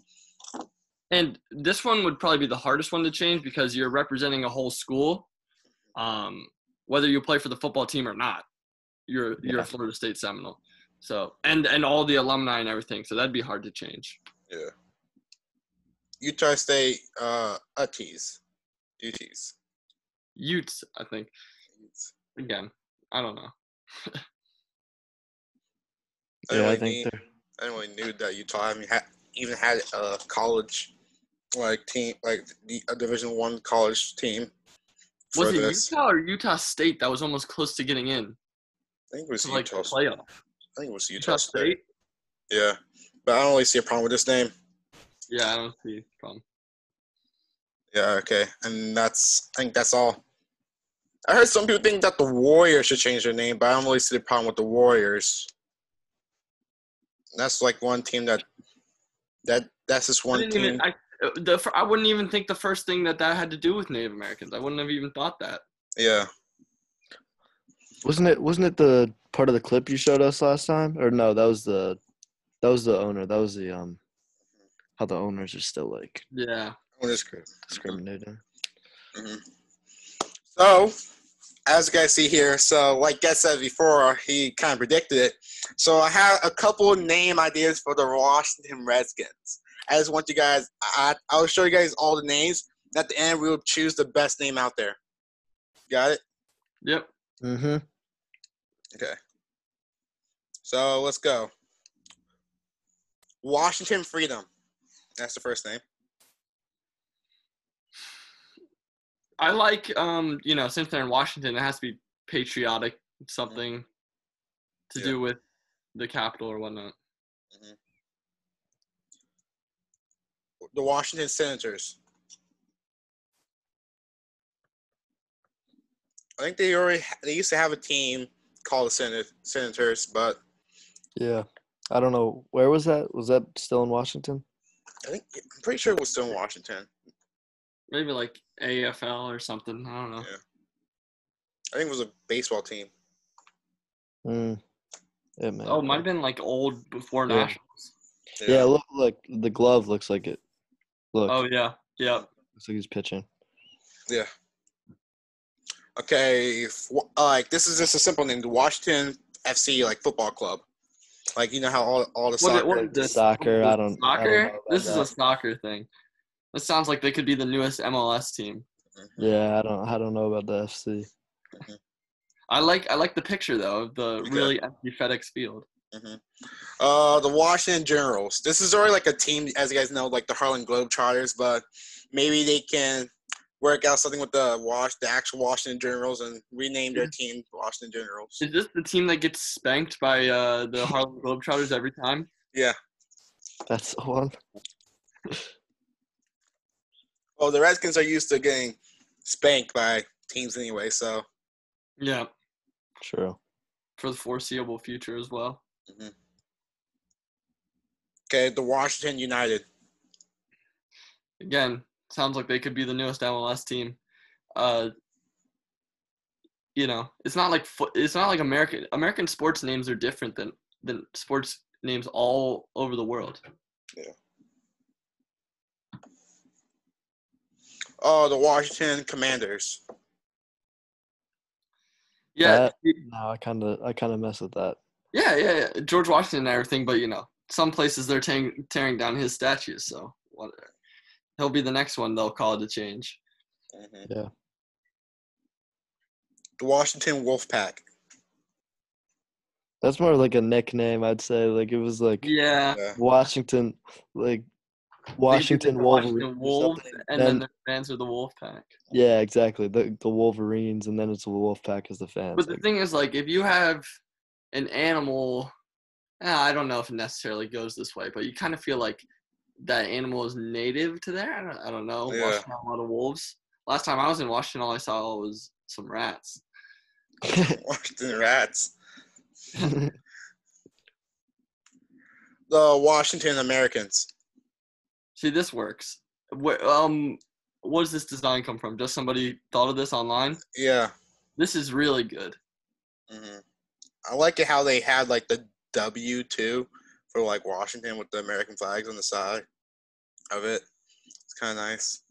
[SPEAKER 2] And this one would probably be the hardest one to change because you're representing a whole school, um, whether you play for the football team or not. You're you're a Florida State Seminole, so and and all the alumni and everything. So that'd be hard to change.
[SPEAKER 1] Yeah. Utah State uh Utties. Utties.
[SPEAKER 2] Utes, I think. Again, I don't know.
[SPEAKER 1] I
[SPEAKER 3] Yeah,
[SPEAKER 1] didn't
[SPEAKER 3] I
[SPEAKER 1] really
[SPEAKER 3] think
[SPEAKER 1] need-
[SPEAKER 3] they're.
[SPEAKER 1] I didn't really knew that Utah I mean, ha- even had a college like team like the a division one college team. For
[SPEAKER 2] Was it
[SPEAKER 1] this.
[SPEAKER 2] Utah or Utah State that was almost close to getting in
[SPEAKER 1] I think it was
[SPEAKER 2] to like
[SPEAKER 1] Utah.
[SPEAKER 2] the playoff?
[SPEAKER 1] I think it was Utah,
[SPEAKER 2] Utah
[SPEAKER 1] State.
[SPEAKER 2] State.
[SPEAKER 1] Yeah, but I don't really see a problem with this name.
[SPEAKER 2] Yeah, I don't see a problem.
[SPEAKER 1] Yeah, okay, and that's I think that's all. I heard some people think that the Warriors should change their name, but I don't really see the problem with the Warriors. That's like one team that That that's just
[SPEAKER 2] I
[SPEAKER 1] one
[SPEAKER 2] didn't even.
[SPEAKER 1] team.
[SPEAKER 2] I, the, fir- I wouldn't even think the first thing that that had to do with Native Americans. I wouldn't have even thought that.
[SPEAKER 1] Yeah.
[SPEAKER 3] Wasn't it? Wasn't it the part of the clip you showed us last time? Or no, that was the, that was the owner. That was the um, how the owners are still like
[SPEAKER 2] Yeah.
[SPEAKER 1] Well, that's good.
[SPEAKER 3] discriminating.
[SPEAKER 1] Mm-hmm. So, as you guys see here, so like Guess said before, he kind of predicted it. So I have a couple of name ideas for the Washington Redskins. I just want you guys. I I'll show you guys all the names. At the end, we will choose the best name out there. Got it?
[SPEAKER 2] Yep.
[SPEAKER 3] Mm-hmm.
[SPEAKER 1] So let's go. Washington Freedom. That's the first name.
[SPEAKER 2] I like. Um. You know, since they're in Washington, it has to be patriotic something to
[SPEAKER 1] Yeah.
[SPEAKER 2] do with the capital or whatnot.
[SPEAKER 1] The Washington Senators. I think they already ha- they used to have a team called the Senat- Senators, but
[SPEAKER 3] Yeah. I don't know where was that. Was that still in Washington?
[SPEAKER 1] I think I'm pretty sure it was still in Washington.
[SPEAKER 2] Maybe like AFL or something. I don't know.
[SPEAKER 1] I think it was a baseball team.
[SPEAKER 3] Mm. Yeah, man.
[SPEAKER 2] Oh, it might have been like old before
[SPEAKER 3] Yeah.
[SPEAKER 2] nationals.
[SPEAKER 3] Yeah, look, look. The glove looks like it. Look,
[SPEAKER 2] Oh yeah. Yeah.
[SPEAKER 3] looks like he's pitching.
[SPEAKER 1] Yeah. Okay, f- wa- uh, like this is just a simple name, the Washington FC like football club. Like you know how all all the
[SPEAKER 2] What,
[SPEAKER 1] soccer.
[SPEAKER 2] what is this?
[SPEAKER 3] Soccer,
[SPEAKER 2] What is
[SPEAKER 3] I don't- I don't
[SPEAKER 2] Soccer.
[SPEAKER 3] know about
[SPEAKER 2] this is a
[SPEAKER 3] that.
[SPEAKER 2] soccer thing. This sounds like they could be the newest MLS team.
[SPEAKER 3] Yeah, I don't. I don't know about the FC.
[SPEAKER 2] I like I like the picture though of the
[SPEAKER 1] Okay.
[SPEAKER 2] really empty FedEx Field.
[SPEAKER 1] Mhm. Uh, the Washington Generals. This is already like a team, as you guys know, like the Harlem Globetrotters, but maybe they can work out something with the Wash, the actual Washington Generals, and rename their team Washington Generals.
[SPEAKER 2] Is this the team that gets spanked by uh, the Harlem Globetrotters every time?
[SPEAKER 3] That's *laughs* the one.
[SPEAKER 1] Well, the Redskins are used to getting spanked by teams anyway, so
[SPEAKER 2] Yeah,
[SPEAKER 3] True.
[SPEAKER 2] for the foreseeable future as well.
[SPEAKER 1] okay. The Washington United.
[SPEAKER 2] Again, sounds like they could be the newest MLS team. Uh, you know, it's not like fo- it's not like American American sports names are different than than sports names all over the world.
[SPEAKER 1] Oh, the Washington Commanders.
[SPEAKER 2] Yeah,
[SPEAKER 3] No, I kind of. I kind of mess with that.
[SPEAKER 2] yeah, yeah, yeah. George Washington and everything, but you know, some places they're tearing tearing down his statues. So whatever. He'll be the next one. They'll call it a change.
[SPEAKER 3] Yeah.
[SPEAKER 1] Mm-hmm. The Washington Wolfpack.
[SPEAKER 3] That's more like a nickname, I'd say. Like it was like
[SPEAKER 2] Yeah.
[SPEAKER 1] Yeah.
[SPEAKER 3] Washington, like Washington Wolverines.
[SPEAKER 2] Washington
[SPEAKER 3] or
[SPEAKER 2] Wolves,
[SPEAKER 3] something.
[SPEAKER 2] and then, their fans are the Wolf Pack.
[SPEAKER 3] yeah, exactly. The the Wolverines, and then it's the Wolfpack as the fans.
[SPEAKER 2] But the
[SPEAKER 3] like- *laughs*
[SPEAKER 2] thing is, like, if you have an animal, eh, I don't know if it necessarily goes this way, but you kind of feel like that animal is native to there. I don't, I don't know.
[SPEAKER 1] Yeah.
[SPEAKER 2] Washington had a lot of wolves. Last time I was in Washington, all I saw was some rats.
[SPEAKER 1] Washington Rats. The Washington Americans.
[SPEAKER 2] See, this works. Where, um, where does this design come from? Just somebody thought of this online.
[SPEAKER 1] Yeah.
[SPEAKER 2] This is really good.
[SPEAKER 1] hmm I like it how they had like the W two for like Washington with the American flags on the side of it. It's kind of nice,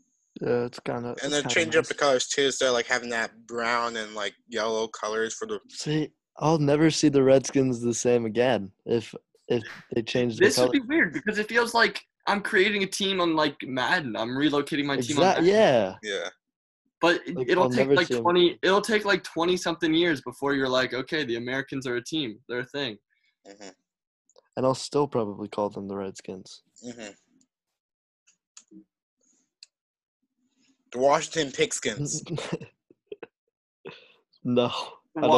[SPEAKER 3] yeah, it's kind of.
[SPEAKER 1] and then change up the colors too. So like having that brown and like yellow colors for the
[SPEAKER 3] See, I'll never see the Redskins the same again if if they change the
[SPEAKER 2] This
[SPEAKER 3] color.
[SPEAKER 2] would be weird because it feels like I'm creating a team on like Madden. I'm relocating my team on
[SPEAKER 3] Exact-
[SPEAKER 2] Madden.
[SPEAKER 3] yeah,
[SPEAKER 1] yeah.
[SPEAKER 2] But it-
[SPEAKER 3] Like,
[SPEAKER 2] it'll
[SPEAKER 3] I'll
[SPEAKER 2] take
[SPEAKER 3] never
[SPEAKER 2] like
[SPEAKER 3] see 'em.
[SPEAKER 2] twenty. It'll take like twenty something years before you're like, okay, the Americans are a team. They're a thing.
[SPEAKER 1] hmm
[SPEAKER 3] and I'll still probably call them the Redskins. *laughs*
[SPEAKER 1] hmm Mm-hmm. The Washington Pigskins.
[SPEAKER 3] no,
[SPEAKER 2] Why?
[SPEAKER 3] I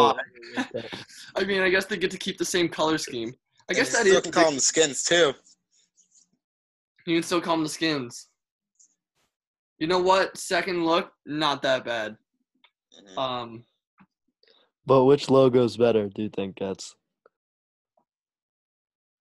[SPEAKER 3] don't.
[SPEAKER 2] I mean, I guess they get to keep the same color scheme. I
[SPEAKER 1] And
[SPEAKER 2] guess
[SPEAKER 1] you
[SPEAKER 2] that
[SPEAKER 1] still
[SPEAKER 2] is.
[SPEAKER 1] can call them the Skins too.
[SPEAKER 2] You can still call them the Skins. You know what? Second look, not that bad.
[SPEAKER 1] Mhm.
[SPEAKER 2] Um,
[SPEAKER 3] But which logo's better? Do you think that's?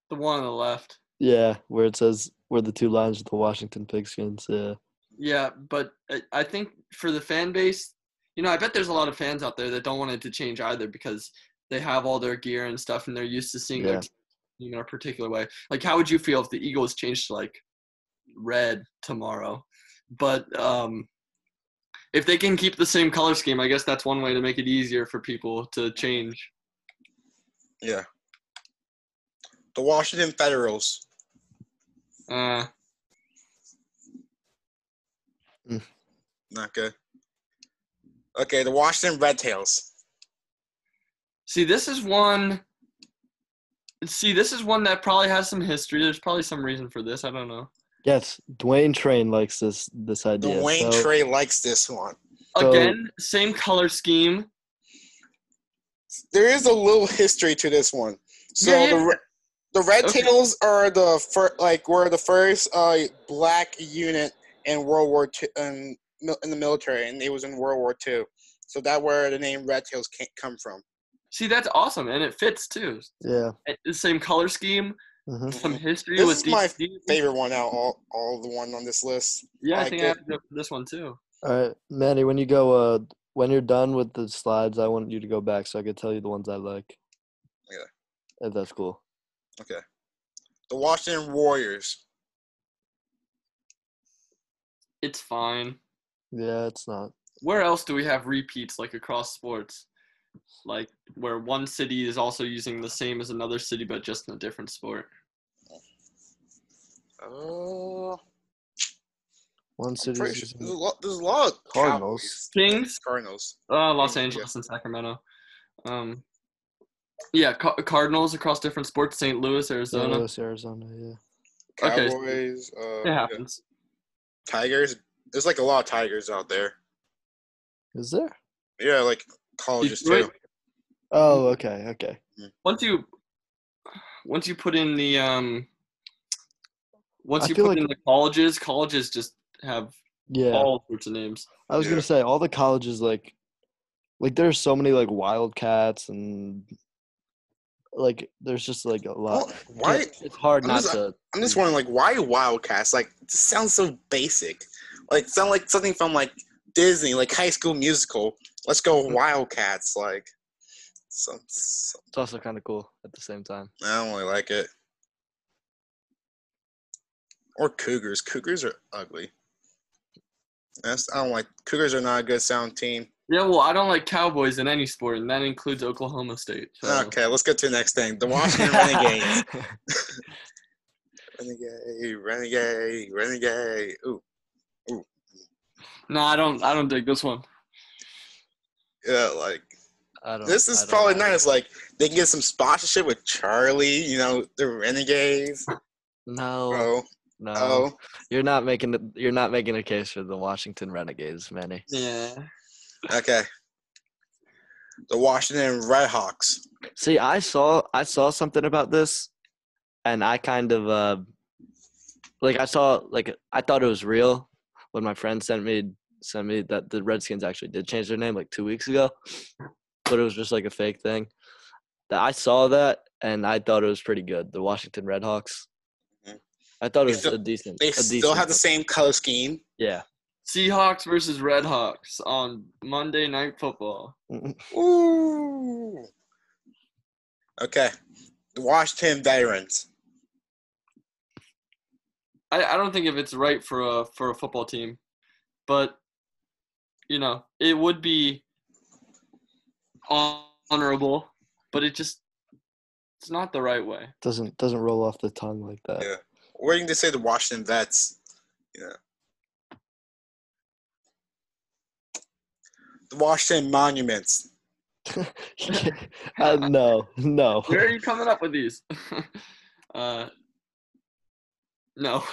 [SPEAKER 2] the one on the left.
[SPEAKER 3] Yeah, where it says where the two lines with the Washington Pigskins. Yeah.
[SPEAKER 2] Yeah, but I- I think for the fan base, you know, I bet there's a lot of fans out there that don't want it to change either because they have all their gear and stuff and they're used to seeing
[SPEAKER 3] Yeah.
[SPEAKER 2] their team in a particular way. Like, how would you feel if the Eagles changed to like red tomorrow? But um, if they can keep the same color scheme, I guess that's one way to make it easier for people to change.
[SPEAKER 1] Yeah. The Washington Federals.
[SPEAKER 2] Uh,
[SPEAKER 1] Not good. Okay, the Washington Red Tails.
[SPEAKER 2] see, this is one. See, this is one that probably has some history. There's probably some reason for this. I don't know.
[SPEAKER 3] Yes, Dwayne Train likes this this idea.
[SPEAKER 1] Dwayne
[SPEAKER 3] so-
[SPEAKER 1] Trey likes this one.
[SPEAKER 3] So-
[SPEAKER 2] Again, same color scheme.
[SPEAKER 1] There is a little history to this one. So
[SPEAKER 2] Yeah,
[SPEAKER 1] the
[SPEAKER 2] yeah.
[SPEAKER 1] Re- the Red
[SPEAKER 2] Okay.
[SPEAKER 1] Tails are the fir- like were the first uh, black unit in World War Two in, mil- in the military, and it was in World War Two. So that where the name Red Tails can't come from.
[SPEAKER 2] See, that's awesome, and it fits too.
[SPEAKER 3] Yeah.
[SPEAKER 2] It- The same color scheme,
[SPEAKER 3] hmm
[SPEAKER 2] some history
[SPEAKER 1] Mm-hmm. This
[SPEAKER 2] with
[SPEAKER 1] is
[SPEAKER 2] these.
[SPEAKER 1] my
[SPEAKER 2] these-
[SPEAKER 1] Favorite one out all all the one on this list.
[SPEAKER 2] Yeah, I
[SPEAKER 1] like
[SPEAKER 2] think I
[SPEAKER 1] it.
[SPEAKER 2] have to go for this one too.
[SPEAKER 3] All right, Manny. When you go, uh, when you're done with the slides, I want you to go back so I could tell you the ones I like.
[SPEAKER 1] Okay.
[SPEAKER 3] If that's cool.
[SPEAKER 1] The Washington Warriors.
[SPEAKER 2] It's fine.
[SPEAKER 3] Yeah, it's not.
[SPEAKER 2] Where else do we have repeats like across sports? Like where one city is also using the same as another city but just in a different sport.
[SPEAKER 1] Oh,
[SPEAKER 3] One
[SPEAKER 1] I'm
[SPEAKER 3] city.
[SPEAKER 1] pretty sure there's a lot. There's a lot of
[SPEAKER 3] Cardinals.
[SPEAKER 2] Kings,
[SPEAKER 1] Cardinals.
[SPEAKER 2] uh, Los
[SPEAKER 1] Yeah.
[SPEAKER 2] Angeles and Sacramento. Um, yeah, Ca- Cardinals across different sports. St. Louis, Arizona.
[SPEAKER 1] Uh,
[SPEAKER 3] Arizona. Arizona. Yeah.
[SPEAKER 2] Okay.
[SPEAKER 1] Cowboys. Uh,
[SPEAKER 2] It happens.
[SPEAKER 1] Tigers. There's like a lot of Tigers out there.
[SPEAKER 3] Is there?
[SPEAKER 1] Mm-hmm. Yeah, like colleges too.
[SPEAKER 2] Detroit,
[SPEAKER 3] Oh, okay, okay.
[SPEAKER 2] once you once you put in the um once
[SPEAKER 3] I
[SPEAKER 2] you
[SPEAKER 3] feel
[SPEAKER 2] put
[SPEAKER 3] like-
[SPEAKER 2] in the colleges colleges just have
[SPEAKER 3] Yeah,
[SPEAKER 2] all sorts of names
[SPEAKER 3] I was
[SPEAKER 1] Oh, Yeah.
[SPEAKER 3] gonna say all the colleges like, like there's so many like Wildcats and like there's just like a lot.
[SPEAKER 1] Well, why?
[SPEAKER 3] It's- It's hard
[SPEAKER 1] I'm
[SPEAKER 3] not
[SPEAKER 1] just-
[SPEAKER 3] to.
[SPEAKER 1] I'm just wondering, like, why Wildcats? Like, it just sounds so basic. Like, sound like something from like Disney, like High School Musical. Let's go Wildcats. Like, some, some
[SPEAKER 3] It's also kind of cool at the same time.
[SPEAKER 1] I don't really like it. Or Cougars. Cougars are ugly. That's I don't like. Cougars are not a good sound team.
[SPEAKER 2] yeah well i don't like cowboys in any sport and that includes oklahoma state so.
[SPEAKER 1] Okay, let's get to the next thing. The Washington Renegades. Renegade, renegade, renegade. Ooh,
[SPEAKER 2] no i don't i don't dig this one
[SPEAKER 1] yeah, like
[SPEAKER 3] *laughs* I don't,
[SPEAKER 1] this is
[SPEAKER 3] Oh, I don't
[SPEAKER 1] probably
[SPEAKER 3] know.
[SPEAKER 1] nice. Like they can get some sponsorship with Charlie. You know, the Renegades.
[SPEAKER 3] No,
[SPEAKER 1] Oh,
[SPEAKER 3] no,
[SPEAKER 1] oh,
[SPEAKER 3] you're not making the, you're not making a case for the Washington Renegades, Manny.
[SPEAKER 2] yeah
[SPEAKER 1] okay. The Washington Redhawks.
[SPEAKER 3] See, I saw I saw something about this, and I kind of uh, like I saw like I thought it was real when my friend sent me sent me that the Redskins actually did change their name like two weeks ago, but it was just like a fake thing. That I saw that and I thought it was pretty good. The Washington Redhawks.
[SPEAKER 1] Mhm.
[SPEAKER 3] I thought it
[SPEAKER 1] They
[SPEAKER 3] was
[SPEAKER 1] still-
[SPEAKER 3] a decent.
[SPEAKER 1] They
[SPEAKER 3] a
[SPEAKER 1] still
[SPEAKER 3] decent
[SPEAKER 1] have the same color scheme.
[SPEAKER 3] Yeah.
[SPEAKER 2] seahawks versus redhawks on monday night football
[SPEAKER 1] Ooh. Okay. The Washington Veterans.
[SPEAKER 2] i, I don't think if it's right for a for a football team but you know it would be honorable but it just it's not the right
[SPEAKER 3] *laughs*
[SPEAKER 2] way
[SPEAKER 3] Doesn't doesn't roll off the tongue like that.
[SPEAKER 1] Yeah. Or you can just say the Washington Vets. Yeah. The Washington Monuments.
[SPEAKER 3] *laughs* uh, no,
[SPEAKER 2] *laughs*
[SPEAKER 3] no.
[SPEAKER 2] Where are you coming up with these? *laughs* uh, no. *laughs*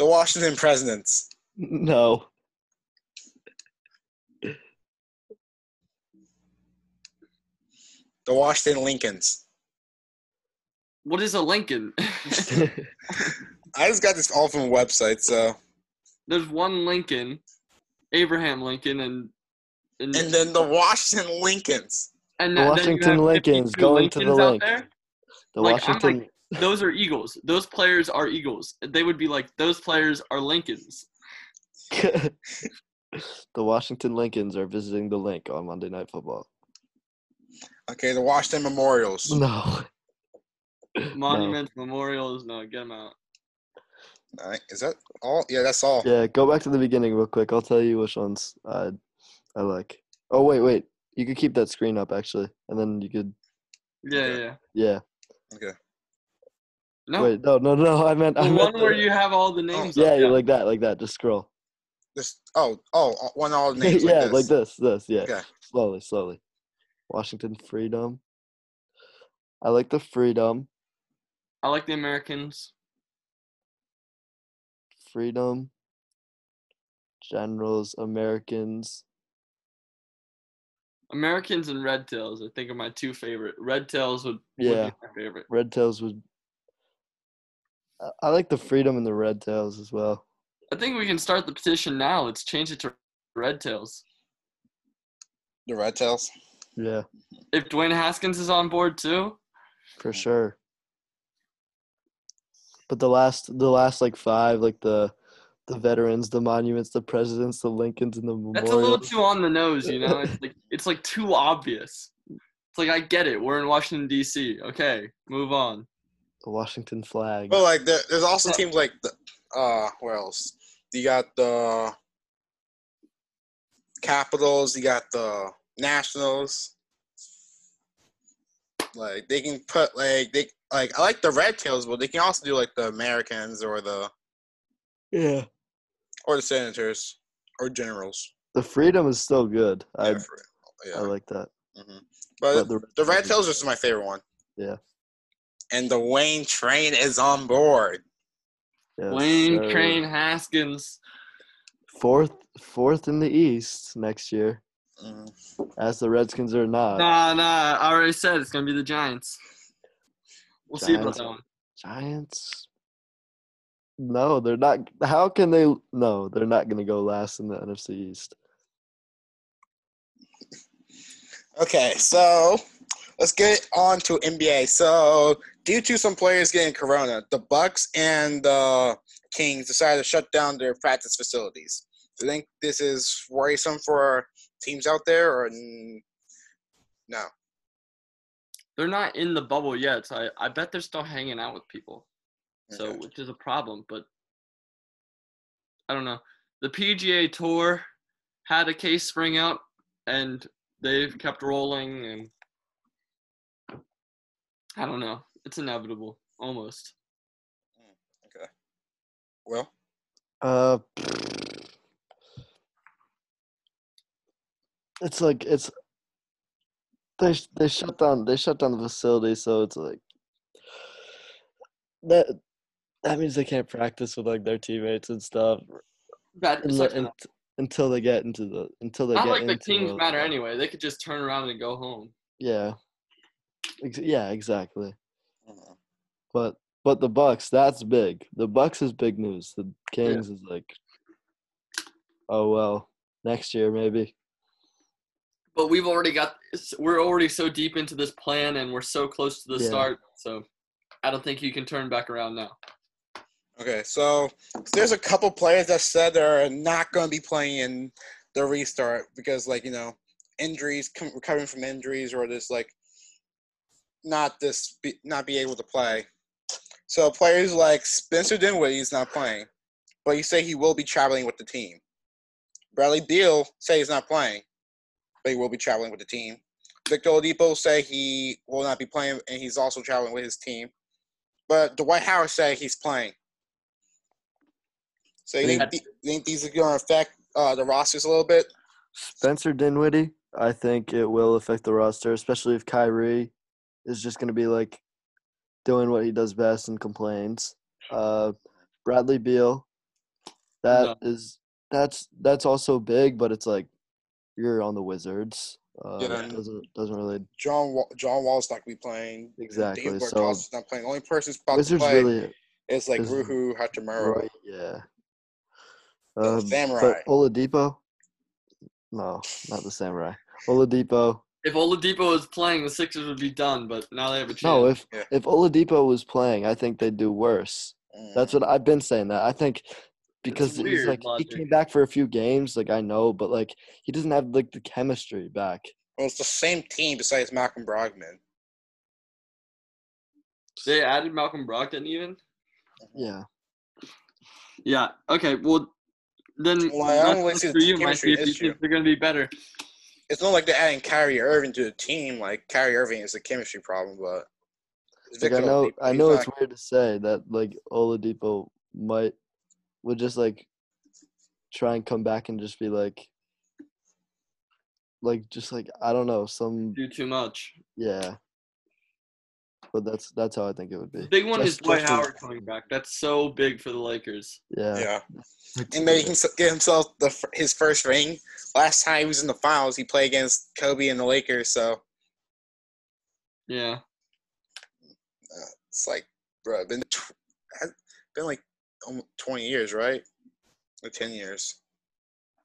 [SPEAKER 1] The Washington Presidents.
[SPEAKER 3] *laughs* no. *laughs*
[SPEAKER 1] The Washington Lincolns.
[SPEAKER 2] what is a Lincoln? *laughs*
[SPEAKER 1] I just got this all from a website, so.
[SPEAKER 2] There's one Lincoln, Abraham Lincoln, and and
[SPEAKER 1] And then the Washington Lincolns.
[SPEAKER 2] and
[SPEAKER 3] The
[SPEAKER 2] that- then you
[SPEAKER 3] Washington
[SPEAKER 2] have
[SPEAKER 3] Lincolns
[SPEAKER 2] 52
[SPEAKER 3] going to the
[SPEAKER 2] Lincolns out
[SPEAKER 3] link.
[SPEAKER 2] there?
[SPEAKER 3] The
[SPEAKER 2] Like, I'm like-
[SPEAKER 3] Washington.
[SPEAKER 2] Those are Eagles. Those players are Eagles. They would be like those players are Lincolns.
[SPEAKER 3] *laughs* the Washington Lincolns are visiting the link on Monday Night Football.
[SPEAKER 1] Okay, the Washington Memorials.
[SPEAKER 3] No.
[SPEAKER 2] Monuments, memorials. No, get them out.
[SPEAKER 1] All right, is that all? Yeah, that's all.
[SPEAKER 3] *laughs* Yeah, go back to the beginning real quick. I'll tell you which ones I I like. Oh wait, wait. You could keep that screen up actually, and then you could
[SPEAKER 2] Yeah,
[SPEAKER 1] Okay.
[SPEAKER 2] yeah.
[SPEAKER 3] yeah.
[SPEAKER 2] No,
[SPEAKER 3] Wait, *laughs* no, no, no. I meant
[SPEAKER 2] the
[SPEAKER 3] I
[SPEAKER 2] one
[SPEAKER 3] meant
[SPEAKER 2] where
[SPEAKER 3] the-
[SPEAKER 2] you have all the names.
[SPEAKER 3] Oh, yeah,
[SPEAKER 2] up,
[SPEAKER 3] yeah, like that, like that. Just scroll.
[SPEAKER 1] This, oh, oh, one all the
[SPEAKER 3] *laughs*
[SPEAKER 1] names
[SPEAKER 3] yeah,
[SPEAKER 1] like this.
[SPEAKER 3] like this, this. Yeah,
[SPEAKER 1] Okay.
[SPEAKER 3] slowly, slowly. Washington Freedom. I like the Freedom,
[SPEAKER 2] I like the Americans.
[SPEAKER 3] Freedom. Generals, Americans.
[SPEAKER 2] Americans and Red Tails, I think, are my two favorite. Red Tails would,
[SPEAKER 3] Yeah.
[SPEAKER 2] would be my favorite.
[SPEAKER 3] Red Tails would. I- I like the Freedom and the Red Tails as well.
[SPEAKER 2] I think we can start the petition now. Let's change it to Red Tails.
[SPEAKER 1] The Red Tails.
[SPEAKER 3] Yeah,
[SPEAKER 2] If Dwayne Haskins is on board too,
[SPEAKER 3] for sure. But the last, the last like five, like the, the veterans, the monuments, the presidents, the Lincolns, and the
[SPEAKER 2] that's a little
[SPEAKER 3] memorials.
[SPEAKER 2] too on the nose, you
[SPEAKER 3] *laughs*
[SPEAKER 2] know. It's like it's like too obvious. It's like I get it. We're in Washington D.C. Okay, move on.
[SPEAKER 3] The Washington flag.
[SPEAKER 1] But like, there, there's also teams like the, uh, where else? You got the Capitals. You got the Nationals. Like they can put like they like I like the Red Tails, but they can also do like the Americans or the
[SPEAKER 3] Yeah.
[SPEAKER 1] or the Senators or Generals.
[SPEAKER 3] The freedom is still good. I
[SPEAKER 1] Yeah, for- yeah.
[SPEAKER 3] I like that.
[SPEAKER 1] hmm
[SPEAKER 3] But
[SPEAKER 1] But
[SPEAKER 3] the-
[SPEAKER 1] the Red Tails is my favorite one.
[SPEAKER 3] Yeah.
[SPEAKER 1] And the Wayne train is on board.
[SPEAKER 3] Yes,
[SPEAKER 2] Wayne
[SPEAKER 3] sir.
[SPEAKER 2] Crane Haskins.
[SPEAKER 3] Fourth, fourth in the East next year,
[SPEAKER 1] Mhm.
[SPEAKER 3] as the Redskins are not.
[SPEAKER 2] Nah, nah. I already said it's gonna be the Giants. We'll see about
[SPEAKER 3] Giants.
[SPEAKER 2] that one.
[SPEAKER 3] Giants. No, they're not. How can they? No, they're not going to go last in the NFC East.
[SPEAKER 1] Okay, so let's get on to NBA. So due to some players getting corona, the Bucks and the Kings decided to shut down their practice facilities. Do you think this is worrisome for teams out there or n- no?
[SPEAKER 2] They're not in the bubble yet, so I, I bet they're still hanging out with people. So
[SPEAKER 1] Okay.
[SPEAKER 2] which is a problem, but I don't know. The PGA Tour had a case spring up, and they've kept rolling, and I don't know. It's inevitable, almost.
[SPEAKER 1] Well,
[SPEAKER 3] Uh, it's like it's they sh- they shut down they shut down the facility, so it's like that that means they can't practice with like their teammates and stuff
[SPEAKER 2] That
[SPEAKER 3] unle-
[SPEAKER 2] sucks.
[SPEAKER 3] un- until they get into the until they
[SPEAKER 2] not
[SPEAKER 3] get
[SPEAKER 2] like the
[SPEAKER 3] into
[SPEAKER 2] Kings
[SPEAKER 3] the-
[SPEAKER 2] matter anyway. They could just turn around and go home.
[SPEAKER 3] Yeah, Ex- yeah, exactly.
[SPEAKER 1] mhm.
[SPEAKER 3] But but the Bucks, that's big. The Bucks is big news. The Kings is like, oh well, next year maybe.
[SPEAKER 2] But we've already got. We're already so deep into this plan, and we're so close to the
[SPEAKER 3] Yeah.
[SPEAKER 2] start. So I don't think you can turn back around now.
[SPEAKER 1] okay, so there's a couple players that said they're not going to be playing in the restart because, like, you know, injuries, com- recovering from injuries, or just like not this, be, not be able to play. So players like Spencer Dinwiddie is not playing, but he say he will be traveling with the team. Bradley Beal say he's not playing, but he will be traveling with the team. Victor Oladipo say he will not be playing, and he's also traveling with his team. But Dwight Howard say he's playing. So you think,
[SPEAKER 2] Yeah.
[SPEAKER 1] th- you think these are going to affect uh, the rosters a little bit?
[SPEAKER 3] Spencer Dinwiddie, I think it will affect the roster, especially if Kyrie is just going to be like doing what he does best and complains. Uh, Bradley Beal, that is that's that's also big, but it's like you're on the Wizards. Uh,
[SPEAKER 1] Yeah.
[SPEAKER 3] Doesn't doesn't really
[SPEAKER 1] John Wa- John Wall's not going to be playing.
[SPEAKER 3] Exactly,
[SPEAKER 1] David
[SPEAKER 3] so-
[SPEAKER 1] Bertans is not playing. The only person who's about
[SPEAKER 3] Wizards
[SPEAKER 1] to play
[SPEAKER 3] really
[SPEAKER 1] is like
[SPEAKER 3] is-
[SPEAKER 1] Ruhu Hachimura.
[SPEAKER 3] Right, yeah.
[SPEAKER 1] Uh, The
[SPEAKER 3] Um,
[SPEAKER 1] samurai.
[SPEAKER 3] But Oladipo? No, not the samurai. Oladipo,
[SPEAKER 2] If Oladipo was playing, the Sixers would be done. But now they have a chance.
[SPEAKER 3] No, if
[SPEAKER 1] Yeah.
[SPEAKER 3] if Oladipo was playing, I think they'd do worse.
[SPEAKER 1] Mm.
[SPEAKER 3] That's what I've been saying. That I think because he's
[SPEAKER 2] weird
[SPEAKER 3] like
[SPEAKER 2] logic.
[SPEAKER 3] he came back for a few games, like I know, but like he doesn't have like the chemistry back.
[SPEAKER 1] Well, it's the same team besides Malcolm Brogdon.
[SPEAKER 2] they added Malcolm Brogdon, even.
[SPEAKER 1] Mm-hmm.
[SPEAKER 3] Yeah,
[SPEAKER 2] Yeah. Okay. Well, then
[SPEAKER 1] Well, I
[SPEAKER 2] that's
[SPEAKER 1] don't really
[SPEAKER 2] just
[SPEAKER 1] see the
[SPEAKER 2] for you, Mike.
[SPEAKER 1] chemistry
[SPEAKER 2] If you
[SPEAKER 1] issue.
[SPEAKER 2] think they're gonna be better,
[SPEAKER 1] It's not like they're adding Kyrie Irving to the team. Like Kyrie Irving is a chemistry problem, but it's
[SPEAKER 3] like I
[SPEAKER 1] Victor
[SPEAKER 3] know,
[SPEAKER 1] Oladipo,
[SPEAKER 3] I
[SPEAKER 1] he's
[SPEAKER 3] know
[SPEAKER 1] not-
[SPEAKER 3] it's weird to say that like Oladipo might would just like try and come back and just be like, like just like I don't know some
[SPEAKER 2] do too much.
[SPEAKER 3] yeah. But that's that's how I think it would
[SPEAKER 2] The
[SPEAKER 3] be.
[SPEAKER 2] big one
[SPEAKER 3] Just-
[SPEAKER 2] is Dwight
[SPEAKER 3] just a-
[SPEAKER 2] Howard coming back. That's so big for the Lakers.
[SPEAKER 3] Yeah.
[SPEAKER 1] Yeah, and maybe he can s- get himself the, f- his first ring. Last time he was in the finals, he played against Kobe and the Lakers. So
[SPEAKER 2] Yeah.
[SPEAKER 1] it's like, bro, been tw- has been like almost twenty years, right? Or ten years.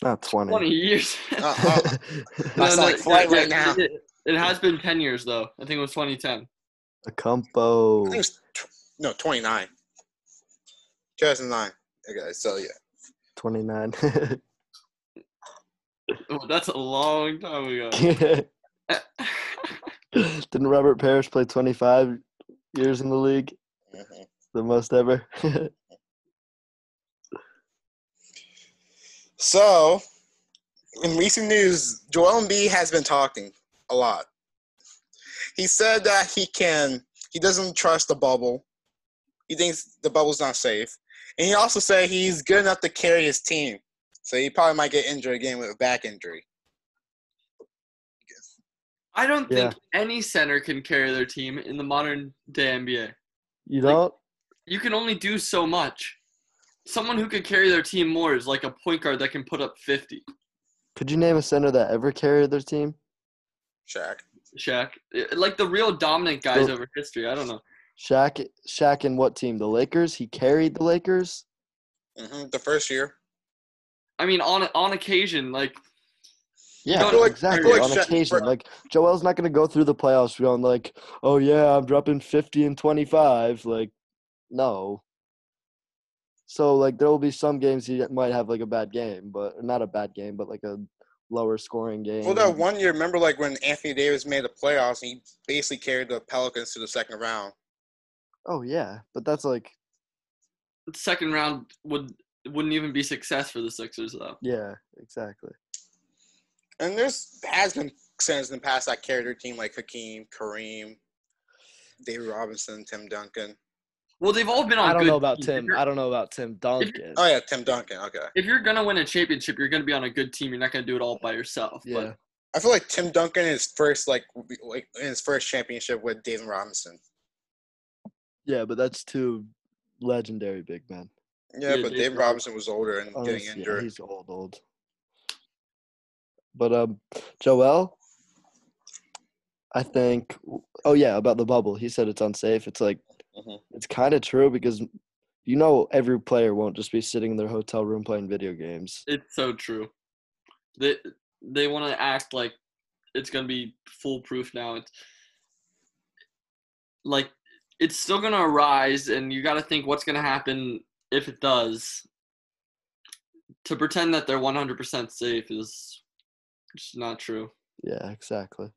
[SPEAKER 3] Not 20.
[SPEAKER 2] Twenty years. *laughs*
[SPEAKER 3] *laughs*
[SPEAKER 1] Uh, uh, I sound like Flight right now.
[SPEAKER 2] It, it has been ten years though. I think it was 2010.
[SPEAKER 3] a
[SPEAKER 1] I think it
[SPEAKER 3] compo.
[SPEAKER 1] was tw- no twenty nine. Two thousand nine. Okay, so yeah.
[SPEAKER 3] *laughs* 29.
[SPEAKER 2] Oh, that's a long time ago.
[SPEAKER 3] Didn't Robert Parrish play 25 years in the league?
[SPEAKER 1] Mhm.
[SPEAKER 3] The most ever? *laughs*
[SPEAKER 1] So, in recent news, Joel Embiid has been talking a lot. He said that he can, he doesn't trust the bubble. He thinks the bubble's not safe, and he also said he's good enough to carry his team. So he probably might get injured again with a back injury.
[SPEAKER 2] I don't think any center can carry their team in the modern day NBA.
[SPEAKER 3] you don't?
[SPEAKER 2] You can only do so much. Someone who could carry their team more is like a point guard that can put up 50.
[SPEAKER 3] Could you name a center that ever carried their team?
[SPEAKER 1] Shaq.
[SPEAKER 2] Shaq, Eh, like the real dominant guys
[SPEAKER 3] So-
[SPEAKER 2] over history. I don't know.
[SPEAKER 3] Shaq, Shaq and what team? The Lakers? He carried the Lakers?
[SPEAKER 1] hmm The first year.
[SPEAKER 2] I mean, on on occasion, like
[SPEAKER 3] Yeah,
[SPEAKER 2] don't- I feel like- I
[SPEAKER 3] exactly.
[SPEAKER 2] feel like
[SPEAKER 3] on
[SPEAKER 1] Shaq-
[SPEAKER 3] occasion. Like, Joel's not going to go through the playoffs going, like, oh, yeah, I'm dropping 50 and 25. Like, no. So, like, there will be some games he might have, like, a bad game, but not a bad game, but, like, a lower scoring game.
[SPEAKER 1] Well, that one year, remember like when Anthony Davis made the playoffs, and he basically carried the Pelicans to the second round.
[SPEAKER 3] Oh, yeah. But that's, like,
[SPEAKER 2] second round would wouldn't even be success for the Sixers though.
[SPEAKER 3] yeah, exactly.
[SPEAKER 1] And there's has been centers in the past that carried their team like Hakeem, Kareem, David Robinson, Tim Duncan.
[SPEAKER 2] Well, they've all been on.
[SPEAKER 5] I don't
[SPEAKER 2] good
[SPEAKER 5] know about
[SPEAKER 2] teams. If
[SPEAKER 5] Tim.
[SPEAKER 2] you're-
[SPEAKER 5] I don't know about Tim Duncan.
[SPEAKER 1] Oh yeah, Tim Duncan. Okay.
[SPEAKER 2] If you're gonna win a championship, you're gonna be on a good team. You're not gonna do it all by yourself.
[SPEAKER 3] Yeah.
[SPEAKER 1] I feel like Tim Duncan is first like w- like in his first championship with David Robinson.
[SPEAKER 3] Yeah, but that's two legendary big men.
[SPEAKER 1] Yeah,
[SPEAKER 2] Yeah,
[SPEAKER 1] but
[SPEAKER 2] David
[SPEAKER 1] David Robinson was older and
[SPEAKER 3] Unless,
[SPEAKER 1] getting
[SPEAKER 3] Oh, yeah,
[SPEAKER 1] injured.
[SPEAKER 3] he's old, old. But um, Joel, I think. Oh yeah, about the bubble. He said it's unsafe. It's like
[SPEAKER 1] Mhm.
[SPEAKER 3] it's kind of true because you know every player won't just be sitting in their hotel room playing video games.
[SPEAKER 2] but it's so true. They they want to act like it's gonna be foolproof now. It's like it's still gonna arise, and you got to think what's gonna happen if it does. To pretend that they're 100% safe is just not true.
[SPEAKER 3] Yeah, exactly.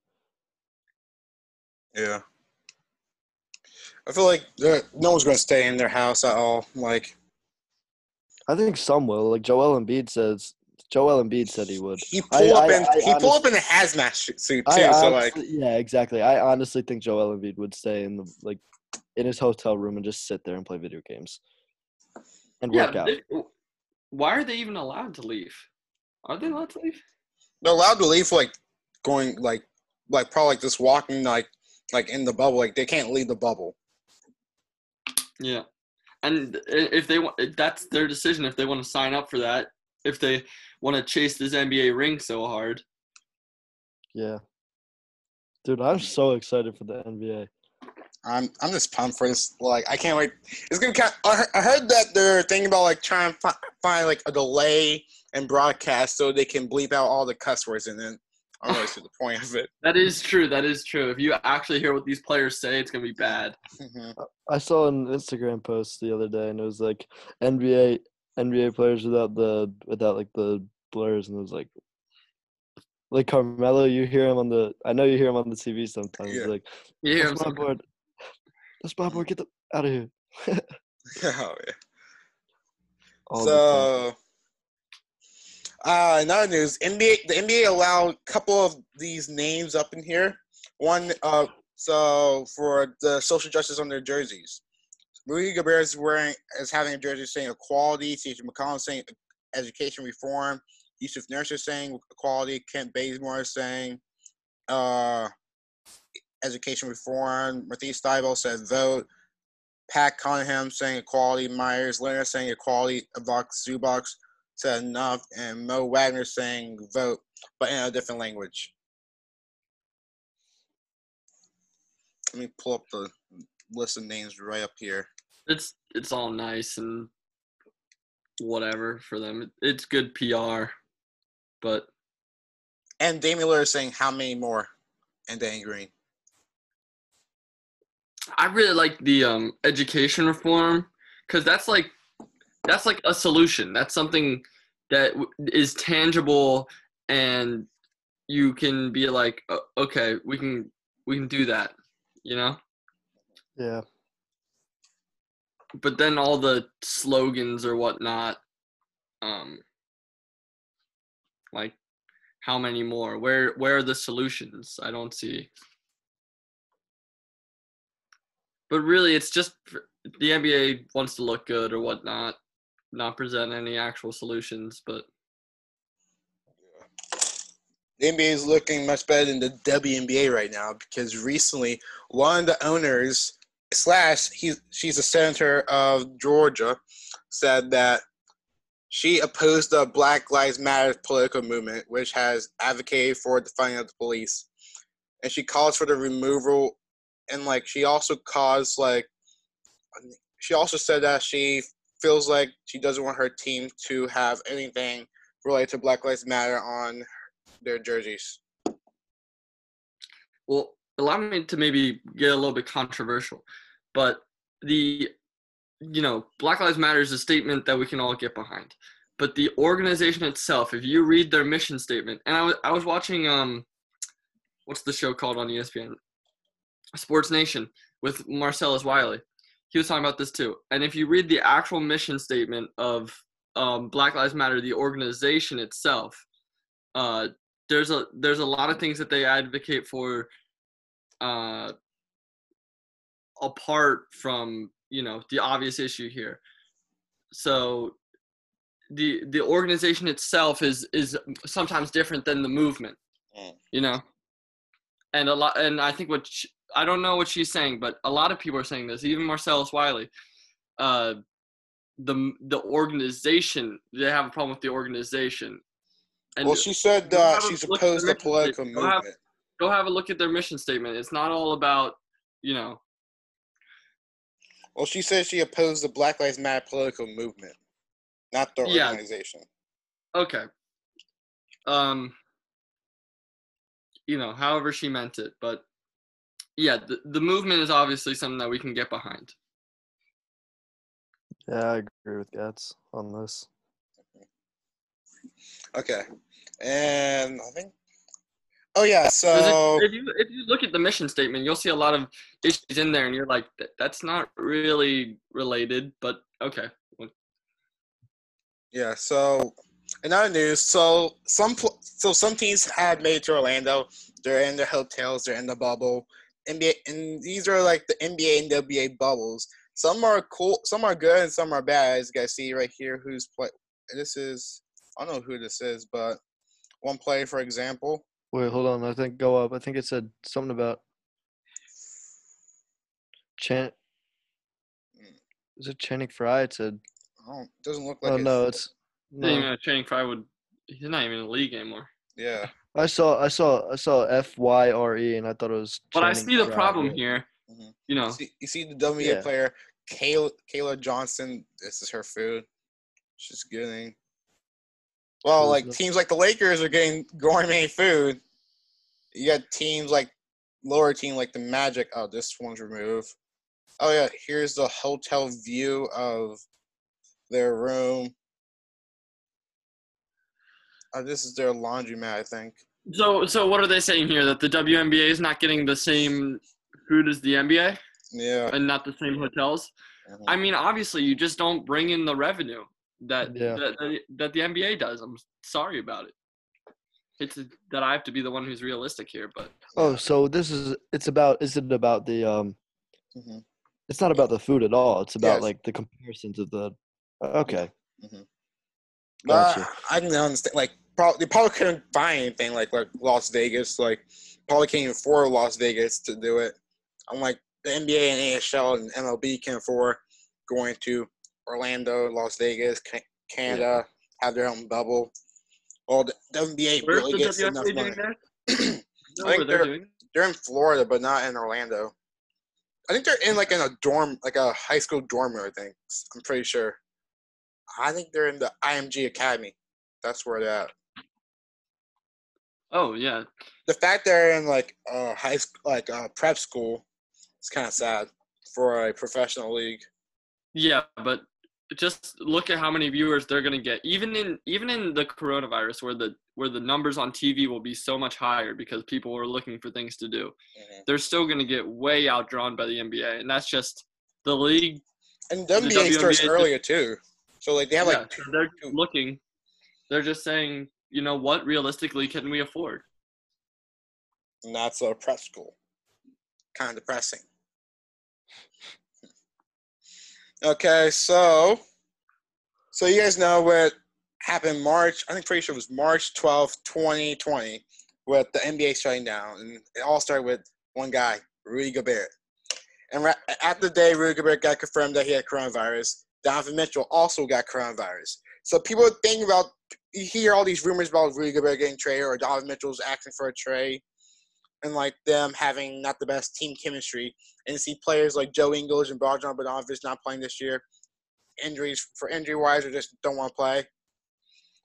[SPEAKER 1] Yeah. I feel like there- no one's gonna stay in their house at all. Like
[SPEAKER 3] I think some will. Like Joel Embiid says. Joel Embiid said he would.
[SPEAKER 1] he
[SPEAKER 3] I-
[SPEAKER 1] pulled up
[SPEAKER 3] I-
[SPEAKER 1] in
[SPEAKER 3] I
[SPEAKER 1] he pulled up
[SPEAKER 3] honest-
[SPEAKER 1] in a hazmat sh- suit too.
[SPEAKER 3] I
[SPEAKER 1] so like,
[SPEAKER 3] honestly- yeah, exactly. I honestly think Joel Embiid would stay in the like in his hotel room and just sit there and play video games and work out.
[SPEAKER 2] they- why are they even allowed to leave? Are they allowed to leave?
[SPEAKER 1] they're allowed to leave like going like like probably like just walking like like in the bubble like they can't leave the bubble
[SPEAKER 2] Yeah, and i- if they want, that's their decision. If they want to sign up for that, if they want to chase this NBA ring so hard,
[SPEAKER 3] Yeah. Dude, I'm so excited for the NBA.
[SPEAKER 1] i'm i'm just pumped for this like i can't wait it's gonna kind I heard- I heard that they're thinking about like trying to fi- find like a delay and broadcast so they can bleep out all the cuss words and then I don't really see the
[SPEAKER 3] *laughs*
[SPEAKER 1] point of it. *laughs*
[SPEAKER 2] That is true. That is true. If you actually hear what these players say, it's gonna be bad.
[SPEAKER 1] Mhm.
[SPEAKER 3] I saw an Instagram post the other day, and it was like NBA NBA players without the without like the blurs, and it was like like Carmelo. You hear him on the. I know you hear him on the TV sometimes.
[SPEAKER 1] Yeah.
[SPEAKER 3] Like
[SPEAKER 2] You hear him
[SPEAKER 3] that's my
[SPEAKER 2] say-
[SPEAKER 3] board. That's my board. Get the out of here.
[SPEAKER 1] oh, yeah.
[SPEAKER 3] All the time.
[SPEAKER 1] so, uh, in other news, NBA the NBA allowed a couple of these names up in here. One, uh, so for the social justice on their jerseys, Rudy Gobert is wearing is having a jersey saying equality. C.J. McCollum saying education reform. Yusuf Nurse is saying equality. Kent Bazemore is saying uh, education reform. Matisse Stiebel said vote. Pat Cunningham saying equality, Myers Leonard saying equality, Vox Zubox said enough, and Mo Wagner saying vote, but in a different language. Let me pull up the list of names right up here.
[SPEAKER 2] it's it's all nice and whatever for them. It- It's good PR, but
[SPEAKER 1] And Damian Lillard saying how many more, and Dan Green.
[SPEAKER 2] I really like the um, education reform because that's like that's like a solution. That's something that w- is tangible, and you can be like, "O- okay, we can we can do that, you know.
[SPEAKER 3] yeah,
[SPEAKER 2] But then all the slogans or whatnot, um, like how many more? Where where are the solutions? I don't see. But really, it's just for- the NBA wants to look good or whatnot, not present any actual solutions. But
[SPEAKER 1] The NBA is looking much better than the WNBA right now because recently one of the owners slash he she's a senator of Georgia said that she opposed the Black Lives Matter political movement, which has advocated for the funding of the police, and she calls for the removal. And like she also caused like she also said that she feels like she doesn't want her team to have anything related to Black Lives Matter on their jerseys.
[SPEAKER 2] well, allow me to maybe get a little bit controversial, but the you know Black Lives Matter is a statement that we can all get behind, but the organization itself, if you read their mission statement, and I was I was watching um, what's the show called on E ESPN, Sports Nation with Marcellus Wiley, he was talking about this too, and if you read the actual mission statement of um, Black Lives Matter, the organization itself, uh, there's a there's a lot of things that they advocate for uh, apart from you know the obvious issue here. So the the organization itself is is sometimes different than the movement,
[SPEAKER 1] Mm.
[SPEAKER 2] you know. And a lot, and I think what she, I don't know what she's saying, but a lot of people are saying this. Even Marcellus Wiley, uh, the the organization they have a problem with the organization. And
[SPEAKER 1] well, she said
[SPEAKER 2] you
[SPEAKER 1] uh,
[SPEAKER 2] haven't
[SPEAKER 1] she's
[SPEAKER 2] looked at
[SPEAKER 1] opposed
[SPEAKER 2] the
[SPEAKER 1] to political
[SPEAKER 2] mission statement. You
[SPEAKER 1] movement.
[SPEAKER 2] have- go have a look at their mission statement. It's not all about you know
[SPEAKER 1] Well, she said she opposed the Black Lives Matter political movement, not the
[SPEAKER 2] Yeah.
[SPEAKER 1] organization.
[SPEAKER 2] Okay. Um you know, however she meant it, but yeah, the, the movement is obviously something that we can get behind.
[SPEAKER 3] yeah, I agree with Gats on this.
[SPEAKER 1] Okay, and I think. Oh yeah,
[SPEAKER 2] 'Cause
[SPEAKER 1] so
[SPEAKER 2] if, if you if you look at the mission statement, you'll see a lot of issues in there and you're like "Th- that's not really related, but okay. Well,
[SPEAKER 1] yeah, so another news. So some pl- so some teams have made it to Orlando. They're in their hotels. They're in the bubble. NBA and these are like the NBA and WA bubbles. Some are cool. Some are good, and some are bad. As you guys see right here, who's play. This is I don't know who this is, but one player, for example.
[SPEAKER 3] Wait, hold on. I think go up. I think it said something about Chan.
[SPEAKER 1] Mm.
[SPEAKER 3] Is it Channing Frye? It said.
[SPEAKER 1] I don't, doesn't look like.
[SPEAKER 3] Oh
[SPEAKER 1] it's-
[SPEAKER 3] no, it's
[SPEAKER 2] I didn't even
[SPEAKER 3] no.
[SPEAKER 2] know Channing Frye would he's not even in the league anymore.
[SPEAKER 1] Yeah.
[SPEAKER 3] I saw I saw I saw F Y R E and I thought it was.
[SPEAKER 2] But I
[SPEAKER 3] Channing
[SPEAKER 2] see the
[SPEAKER 3] Frye,
[SPEAKER 2] problem
[SPEAKER 3] but-
[SPEAKER 2] here.
[SPEAKER 1] Mhm.
[SPEAKER 2] You
[SPEAKER 1] You
[SPEAKER 2] know,
[SPEAKER 1] see, you see the WNBA
[SPEAKER 3] Yeah.
[SPEAKER 1] player Kayla, Kayla Johnson. This is her food. She's getting. Well,
[SPEAKER 3] There's
[SPEAKER 1] like
[SPEAKER 3] no-
[SPEAKER 1] teams like the Lakers are getting gourmet food. You got teams like lower team like the Magic. Oh, this one's removed. Oh yeah, here's the hotel view of their room. Oh, this is their laundromat, I think.
[SPEAKER 2] So, so what are they saying here? That the WNBA is not getting the same food as the NBA
[SPEAKER 1] Yeah.
[SPEAKER 2] and not the same hotels?
[SPEAKER 1] mhm.
[SPEAKER 2] I mean, obviously, you just don't bring in the revenue that
[SPEAKER 3] Yeah.
[SPEAKER 2] that, that, that the NBA does. I'm sorry about it. It's that I have to be the one who's realistic here, but
[SPEAKER 3] Oh, so this is it's about isn't it about the um
[SPEAKER 1] Mhm,
[SPEAKER 3] it's not about the food at all. It's about
[SPEAKER 1] Yes.
[SPEAKER 3] like the comparisons of the okay.
[SPEAKER 1] mhm.
[SPEAKER 3] Gotcha.
[SPEAKER 1] But I can understand. Like, probably, they probably couldn't buy anything like like Las Vegas. Like, probably can't even afford Las Vegas to do it. I'm like the NBA and AHL and MLB can afford going to Orlando, Las Vegas, Ca- Canada, have their own bubble. Well, the NBA
[SPEAKER 2] where's
[SPEAKER 1] really
[SPEAKER 2] the
[SPEAKER 1] gets enough
[SPEAKER 2] WNBA
[SPEAKER 1] money.
[SPEAKER 2] doing that?
[SPEAKER 1] *clears throat*
[SPEAKER 2] No,
[SPEAKER 1] I
[SPEAKER 2] where
[SPEAKER 1] think
[SPEAKER 2] they're
[SPEAKER 1] they're-
[SPEAKER 2] doing it?
[SPEAKER 1] They're in Florida, but not in Orlando. I think they're in like in a dorm, like a high school dorm room. I think I'm pretty sure. I think they're in the IMG Academy. That's where they're at.
[SPEAKER 2] Oh yeah,
[SPEAKER 1] the fact they're in like uh high school like uh prep school it's kind of sad for a professional league
[SPEAKER 2] yeah, but just look at how many viewers they're gonna get. Even in even in the coronavirus, where the where the numbers on TV will be so much higher because people are looking for things to do, they're still gonna get way outdrawn by the NBA, and that's just the league
[SPEAKER 1] and
[SPEAKER 2] The
[SPEAKER 1] WNBA, starts
[SPEAKER 2] WNBA
[SPEAKER 1] earlier too so like they have like
[SPEAKER 2] Yeah, so they're
[SPEAKER 1] two-
[SPEAKER 2] looking. They're just saying, you know, what realistically can we afford?
[SPEAKER 1] and that's a prep school kind of depressing okay so so you guys know what happened march i think pretty sure it was march twelfth, 2020 with the nba shutting down and it all started with one guy rudy gobert And right after the day, Rudy Gobert got confirmed that he had coronavirus. Donovan Mitchell also got coronavirus. So people think about you hear all these rumors about Rudy Gobert getting traded or Donovan Mitchell's asking for a trade, and like them having not the best team chemistry, and see players like Joe Ingles and Bogdan Bogdanovic not playing this year, injuries for injury wise or just don't want to play.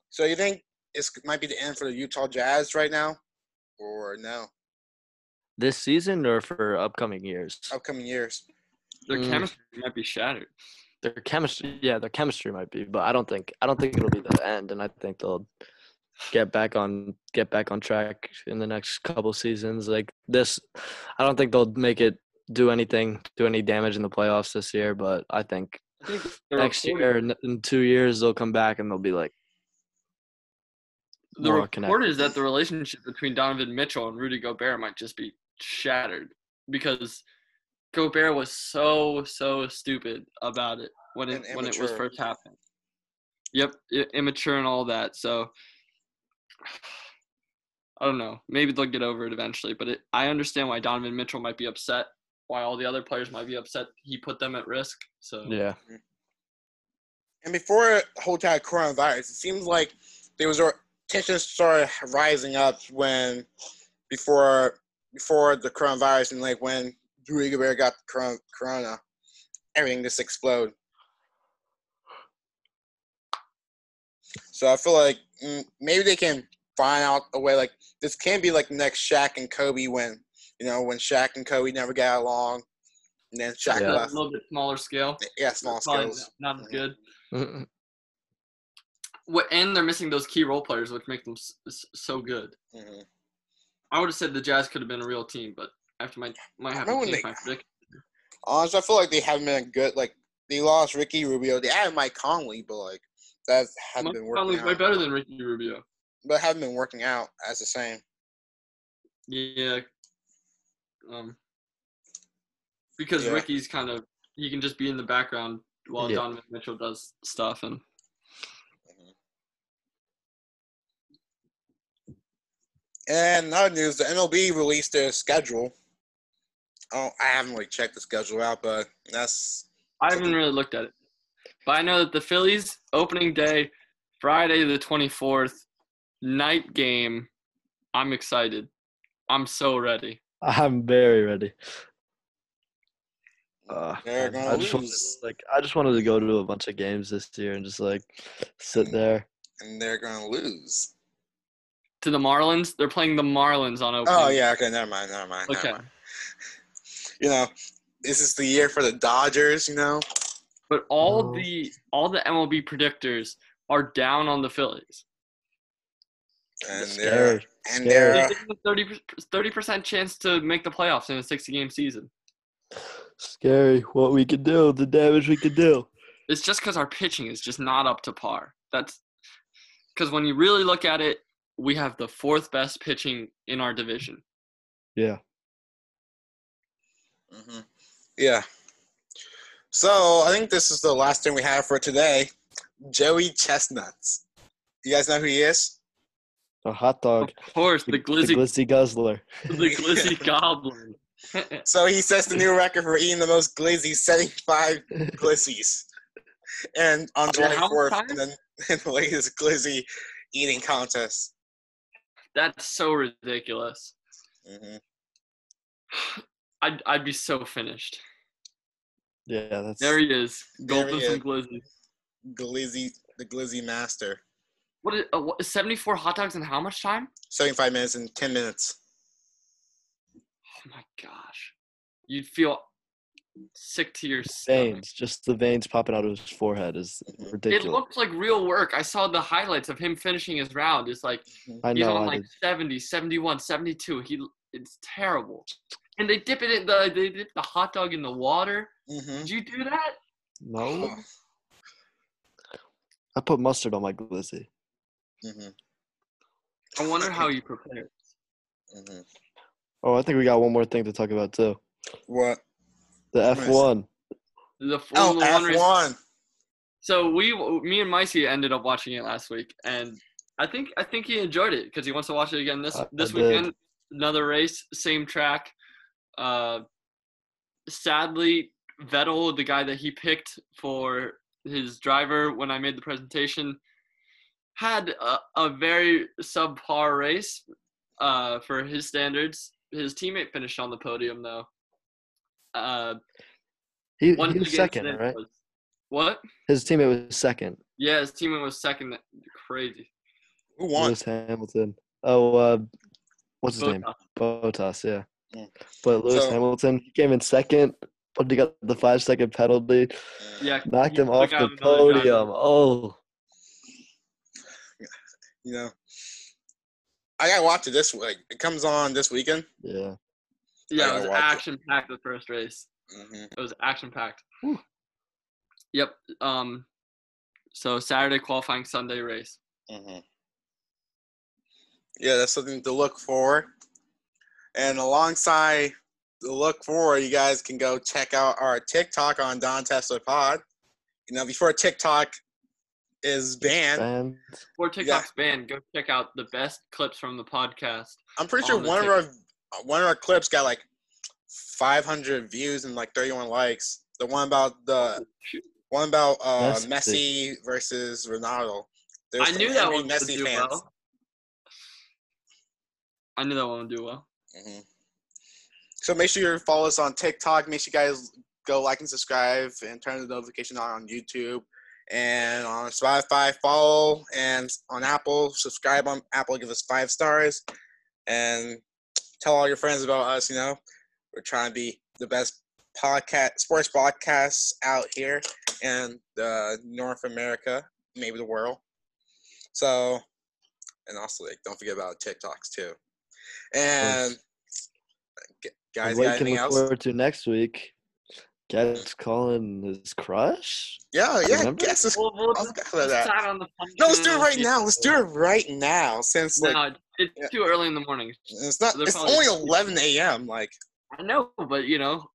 [SPEAKER 1] So you think it's might be the end for the Utah Jazz right now, or no
[SPEAKER 3] This season or for upcoming years?
[SPEAKER 1] upcoming years?
[SPEAKER 2] Their
[SPEAKER 3] Mm.
[SPEAKER 2] chemistry might be shattered.
[SPEAKER 3] Their chemistry, yeah, their chemistry might be, but I don't think I don't think it'll be the end, and I think they'll get back on get back on track in the next couple seasons. Like this, I don't think they'll make it do anything, do any damage in the playoffs this year, but I think
[SPEAKER 2] I think the
[SPEAKER 3] next
[SPEAKER 2] reporting-
[SPEAKER 3] year in, in two years they'll come back and they'll be like
[SPEAKER 2] the
[SPEAKER 3] more
[SPEAKER 2] report
[SPEAKER 3] connected.
[SPEAKER 2] is that the relationship between Donovan Mitchell and Rudy Gobert might just be shattered because Gobert was so so stupid about it when it
[SPEAKER 1] And
[SPEAKER 2] when it was
[SPEAKER 1] immature.
[SPEAKER 2] first happening. Yep, i- immature and all that. So *sighs* I don't know. Maybe they'll get over it eventually, but it, I understand why Donovan Mitchell might be upset, why all the other players might be upset. He put them at risk. So
[SPEAKER 3] yeah. *laughs*
[SPEAKER 1] and before hotel coronavirus, it seems like there was a tensions started rising up when before before the coronavirus and like when Rudy Gobert got the coron- corona, everything just exploded. So I feel like mm, maybe they can find out a way. Like this can be like the next Shaq and Kobe when you know when Shaq and Kobe never got along, and then Shaq
[SPEAKER 2] Yeah, a
[SPEAKER 1] left.
[SPEAKER 2] little bit smaller scale.
[SPEAKER 1] Yeah, small
[SPEAKER 2] Probably
[SPEAKER 1] skills.
[SPEAKER 2] not as
[SPEAKER 1] Mhm.
[SPEAKER 2] good.
[SPEAKER 3] Mm,
[SPEAKER 2] What and they're missing those key role players, which make them s- s- so good.
[SPEAKER 1] Mhm.
[SPEAKER 2] I would have said the Jazz could have been a real team, but after my might have to
[SPEAKER 1] remember when
[SPEAKER 2] change
[SPEAKER 1] they-
[SPEAKER 2] my prediction.
[SPEAKER 1] Honestly, I feel like they haven't been a good. Like they lost Ricky Rubio. They added Mike Conley, but like that
[SPEAKER 2] Mike
[SPEAKER 1] hasn't been
[SPEAKER 2] Conley's
[SPEAKER 1] working
[SPEAKER 2] way
[SPEAKER 1] out.
[SPEAKER 2] better than Ricky Rubio.
[SPEAKER 1] But haven't been working out as the same.
[SPEAKER 2] Yeah. Um. Because
[SPEAKER 1] Yeah.
[SPEAKER 2] Ricky's kind of he can just be in the background while
[SPEAKER 3] Yeah.
[SPEAKER 2] Donovan Mitchell does stuff, and
[SPEAKER 1] And another news: the MLB released their schedule. Oh, I haven't really checked the schedule out, but that's
[SPEAKER 2] I haven't really looked at it, but I know that the Phillies opening day, Friday the twenty fourth, night game. I'm excited. I'm so ready.
[SPEAKER 3] I'm very ready. Uh,
[SPEAKER 1] they're
[SPEAKER 3] man,
[SPEAKER 1] gonna
[SPEAKER 3] I just wanted,
[SPEAKER 1] lose,
[SPEAKER 3] like I just wanted to go to a bunch of games this year and just like sit
[SPEAKER 1] Mm.
[SPEAKER 3] there.
[SPEAKER 1] and they're gonna lose.
[SPEAKER 2] to the Marlins. They're playing the Marlins on opening.
[SPEAKER 1] Oh yeah, okay, never mind, never mind.
[SPEAKER 2] Okay.
[SPEAKER 1] Never mind. You know, this is the year for the Dodgers, you know?
[SPEAKER 2] But all
[SPEAKER 3] Oh.
[SPEAKER 2] the all the MLB predictors are down on the Phillies.
[SPEAKER 1] And they're
[SPEAKER 3] Scary.
[SPEAKER 1] and
[SPEAKER 2] They
[SPEAKER 3] Scary.
[SPEAKER 1] they're
[SPEAKER 2] give them a 30 percent chance to make the playoffs in a 60 game season.
[SPEAKER 3] Scary. What we could do, the damage we could do.
[SPEAKER 2] It's just because our pitching is just not up to par. That's because when you really look at it, we have the fourth best pitching in our division.
[SPEAKER 3] Yeah.
[SPEAKER 2] Mm-hmm.
[SPEAKER 1] Mhm. Yeah. So I think this is the last thing we have for today. Joey Chestnuts. You guys know who he is?
[SPEAKER 3] A hot dog.
[SPEAKER 2] Of course, *laughs* the glizzy,
[SPEAKER 3] the glizzy guzzler.
[SPEAKER 2] the glizzy goblin. *laughs*
[SPEAKER 1] So he sets the new record for eating the most glizzies, 75 glizzies. And on
[SPEAKER 2] In how
[SPEAKER 1] 24th,
[SPEAKER 2] time?
[SPEAKER 1] in the, in the *laughs* latest glizzy eating contest.
[SPEAKER 2] That's so ridiculous.
[SPEAKER 1] hmm
[SPEAKER 2] I'd I'd be so finished.
[SPEAKER 3] Yeah, that's
[SPEAKER 2] There he is,
[SPEAKER 1] There
[SPEAKER 2] golden
[SPEAKER 1] he is.
[SPEAKER 2] and glizzy.
[SPEAKER 1] Glizzy, the glizzy master.
[SPEAKER 2] What is uh, what, 74 hot dogs in how much time?
[SPEAKER 1] 75 minutes and 10 minutes.
[SPEAKER 2] Oh my gosh. You'd feel sick to your stomach.
[SPEAKER 3] veins. Just the veins popping out of his forehead is
[SPEAKER 2] It
[SPEAKER 3] ridiculous.
[SPEAKER 2] looked like real work. I saw the highlights of him finishing his round. It's like
[SPEAKER 3] I
[SPEAKER 2] he's
[SPEAKER 3] know.
[SPEAKER 2] on
[SPEAKER 3] I
[SPEAKER 2] like
[SPEAKER 3] did.
[SPEAKER 2] 70, 71, 72. He it's terrible. And they dip it in the they dip the hot dog in the water.
[SPEAKER 1] hmm
[SPEAKER 2] Did you do that?
[SPEAKER 3] No, I put mustard on my glizzy.
[SPEAKER 1] hmm
[SPEAKER 2] I wonder how you prepared.
[SPEAKER 1] hmm
[SPEAKER 3] Oh, I think we got one more thing to talk about too.
[SPEAKER 1] What?
[SPEAKER 3] The
[SPEAKER 1] Nice.
[SPEAKER 3] F one.
[SPEAKER 2] The
[SPEAKER 1] Oh,
[SPEAKER 2] Formula One race
[SPEAKER 1] F1.
[SPEAKER 2] So we, me and Micey ended up watching it last week, and I think I think he enjoyed it because he wants to watch it again this
[SPEAKER 3] I- I
[SPEAKER 2] this
[SPEAKER 3] did.
[SPEAKER 2] weekend. Another race, same track. Uh, sadly, Vettel, the guy that he picked for his driver when I made the presentation, had a, a very subpar race uh, for his standards. His teammate finished on the podium though. Uh,
[SPEAKER 3] He, he
[SPEAKER 2] once
[SPEAKER 3] was
[SPEAKER 2] again,
[SPEAKER 3] second,
[SPEAKER 2] today
[SPEAKER 3] right?
[SPEAKER 2] was- What?
[SPEAKER 3] His teammate was second.
[SPEAKER 2] Yeah, his teammate was second. Crazy.
[SPEAKER 1] Who won?
[SPEAKER 3] Lewis Hamilton. Oh, uh, what's his
[SPEAKER 2] Both
[SPEAKER 3] name?
[SPEAKER 2] of
[SPEAKER 3] Botas, yeah.
[SPEAKER 1] Mm.
[SPEAKER 3] But Lewis
[SPEAKER 1] So-
[SPEAKER 3] Hamilton he came in second, but he got the five second penalty,
[SPEAKER 2] them. Yeah.
[SPEAKER 3] knocked
[SPEAKER 2] he
[SPEAKER 3] him
[SPEAKER 2] took
[SPEAKER 3] off
[SPEAKER 2] out
[SPEAKER 3] the
[SPEAKER 2] another driver.
[SPEAKER 3] podium. Oh,
[SPEAKER 1] You know, I gotta watch it this week. It comes on this weekend.
[SPEAKER 3] yeah.
[SPEAKER 2] Yeah,
[SPEAKER 1] gotta
[SPEAKER 2] it was
[SPEAKER 1] watch it.
[SPEAKER 2] action packed the first race.
[SPEAKER 1] hmm
[SPEAKER 2] It was action packed.
[SPEAKER 3] Whew.
[SPEAKER 2] Yep. Um. So Saturday qualifying, Sunday race.
[SPEAKER 1] hmm Yeah, that's something to look for. And alongside the look for, you guys can go check out our TikTok on Don Tesla Pod. You know, before TikTok is banned,
[SPEAKER 3] And
[SPEAKER 2] For TikTok's band, go check out the best clips from the podcast.
[SPEAKER 1] I'm pretty sure
[SPEAKER 2] on the
[SPEAKER 1] one of our one of our clips got like 500 views and like 31 likes. The one about the
[SPEAKER 2] Shoot.
[SPEAKER 1] one about uh,
[SPEAKER 3] Messi.
[SPEAKER 1] Messi versus Ronaldo. There's
[SPEAKER 2] I
[SPEAKER 1] some
[SPEAKER 2] knew that
[SPEAKER 1] angry
[SPEAKER 2] one would do well. I knew that one would do well.
[SPEAKER 1] Mhm. So make sure you follow us on TikTok. Make sure you guys go like and subscribe and turn the notification on on YouTube and on Spotify. Follow and on Apple, subscribe on Apple. Give us five stars and tell all your friends about us. You know, we're trying to be the best podcast, sports podcasts out here in uh, North America, maybe the world. So, and also like don't forget about TikToks too. And g-
[SPEAKER 3] and
[SPEAKER 1] guys,
[SPEAKER 3] what
[SPEAKER 1] got
[SPEAKER 3] you can
[SPEAKER 1] anything
[SPEAKER 3] look
[SPEAKER 1] else?
[SPEAKER 3] forward to next week? Gets calling his crush.
[SPEAKER 1] Yeah, yeah.
[SPEAKER 3] Remember?
[SPEAKER 1] Guess it's,
[SPEAKER 2] We'll, we'll
[SPEAKER 1] I'll
[SPEAKER 2] just
[SPEAKER 1] look at that.
[SPEAKER 2] decide on the
[SPEAKER 1] no, let's do it
[SPEAKER 2] function.
[SPEAKER 1] right now. Let's do it right now. Since like
[SPEAKER 2] No, it's
[SPEAKER 1] Yeah.
[SPEAKER 2] too early in the morning.
[SPEAKER 1] it's not,
[SPEAKER 2] They're
[SPEAKER 1] it's
[SPEAKER 2] probably-
[SPEAKER 1] only 11 a.m. Like,
[SPEAKER 2] I know, but you know,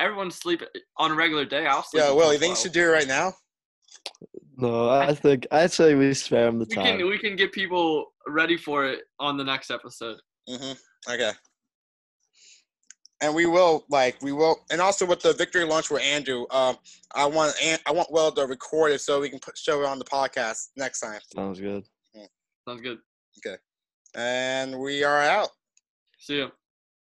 [SPEAKER 2] everyone's sleep eh, on a regular day. I'll sleep.
[SPEAKER 1] yeah,
[SPEAKER 2] until
[SPEAKER 1] Will, you think
[SPEAKER 2] 12.
[SPEAKER 1] you should do it right now?
[SPEAKER 3] No, I think I say we spare him the
[SPEAKER 2] we can
[SPEAKER 3] time.
[SPEAKER 2] we can get people ready for it on the next episode.
[SPEAKER 1] Mm-hmm. Okay. And we will like we will, and also with the victory lunch with Andrew. Um, I want An- I want Will to record it so we can put, show it on the podcast next time.
[SPEAKER 3] Sounds good.
[SPEAKER 2] Sounds good.
[SPEAKER 1] And we are out.
[SPEAKER 2] See ya.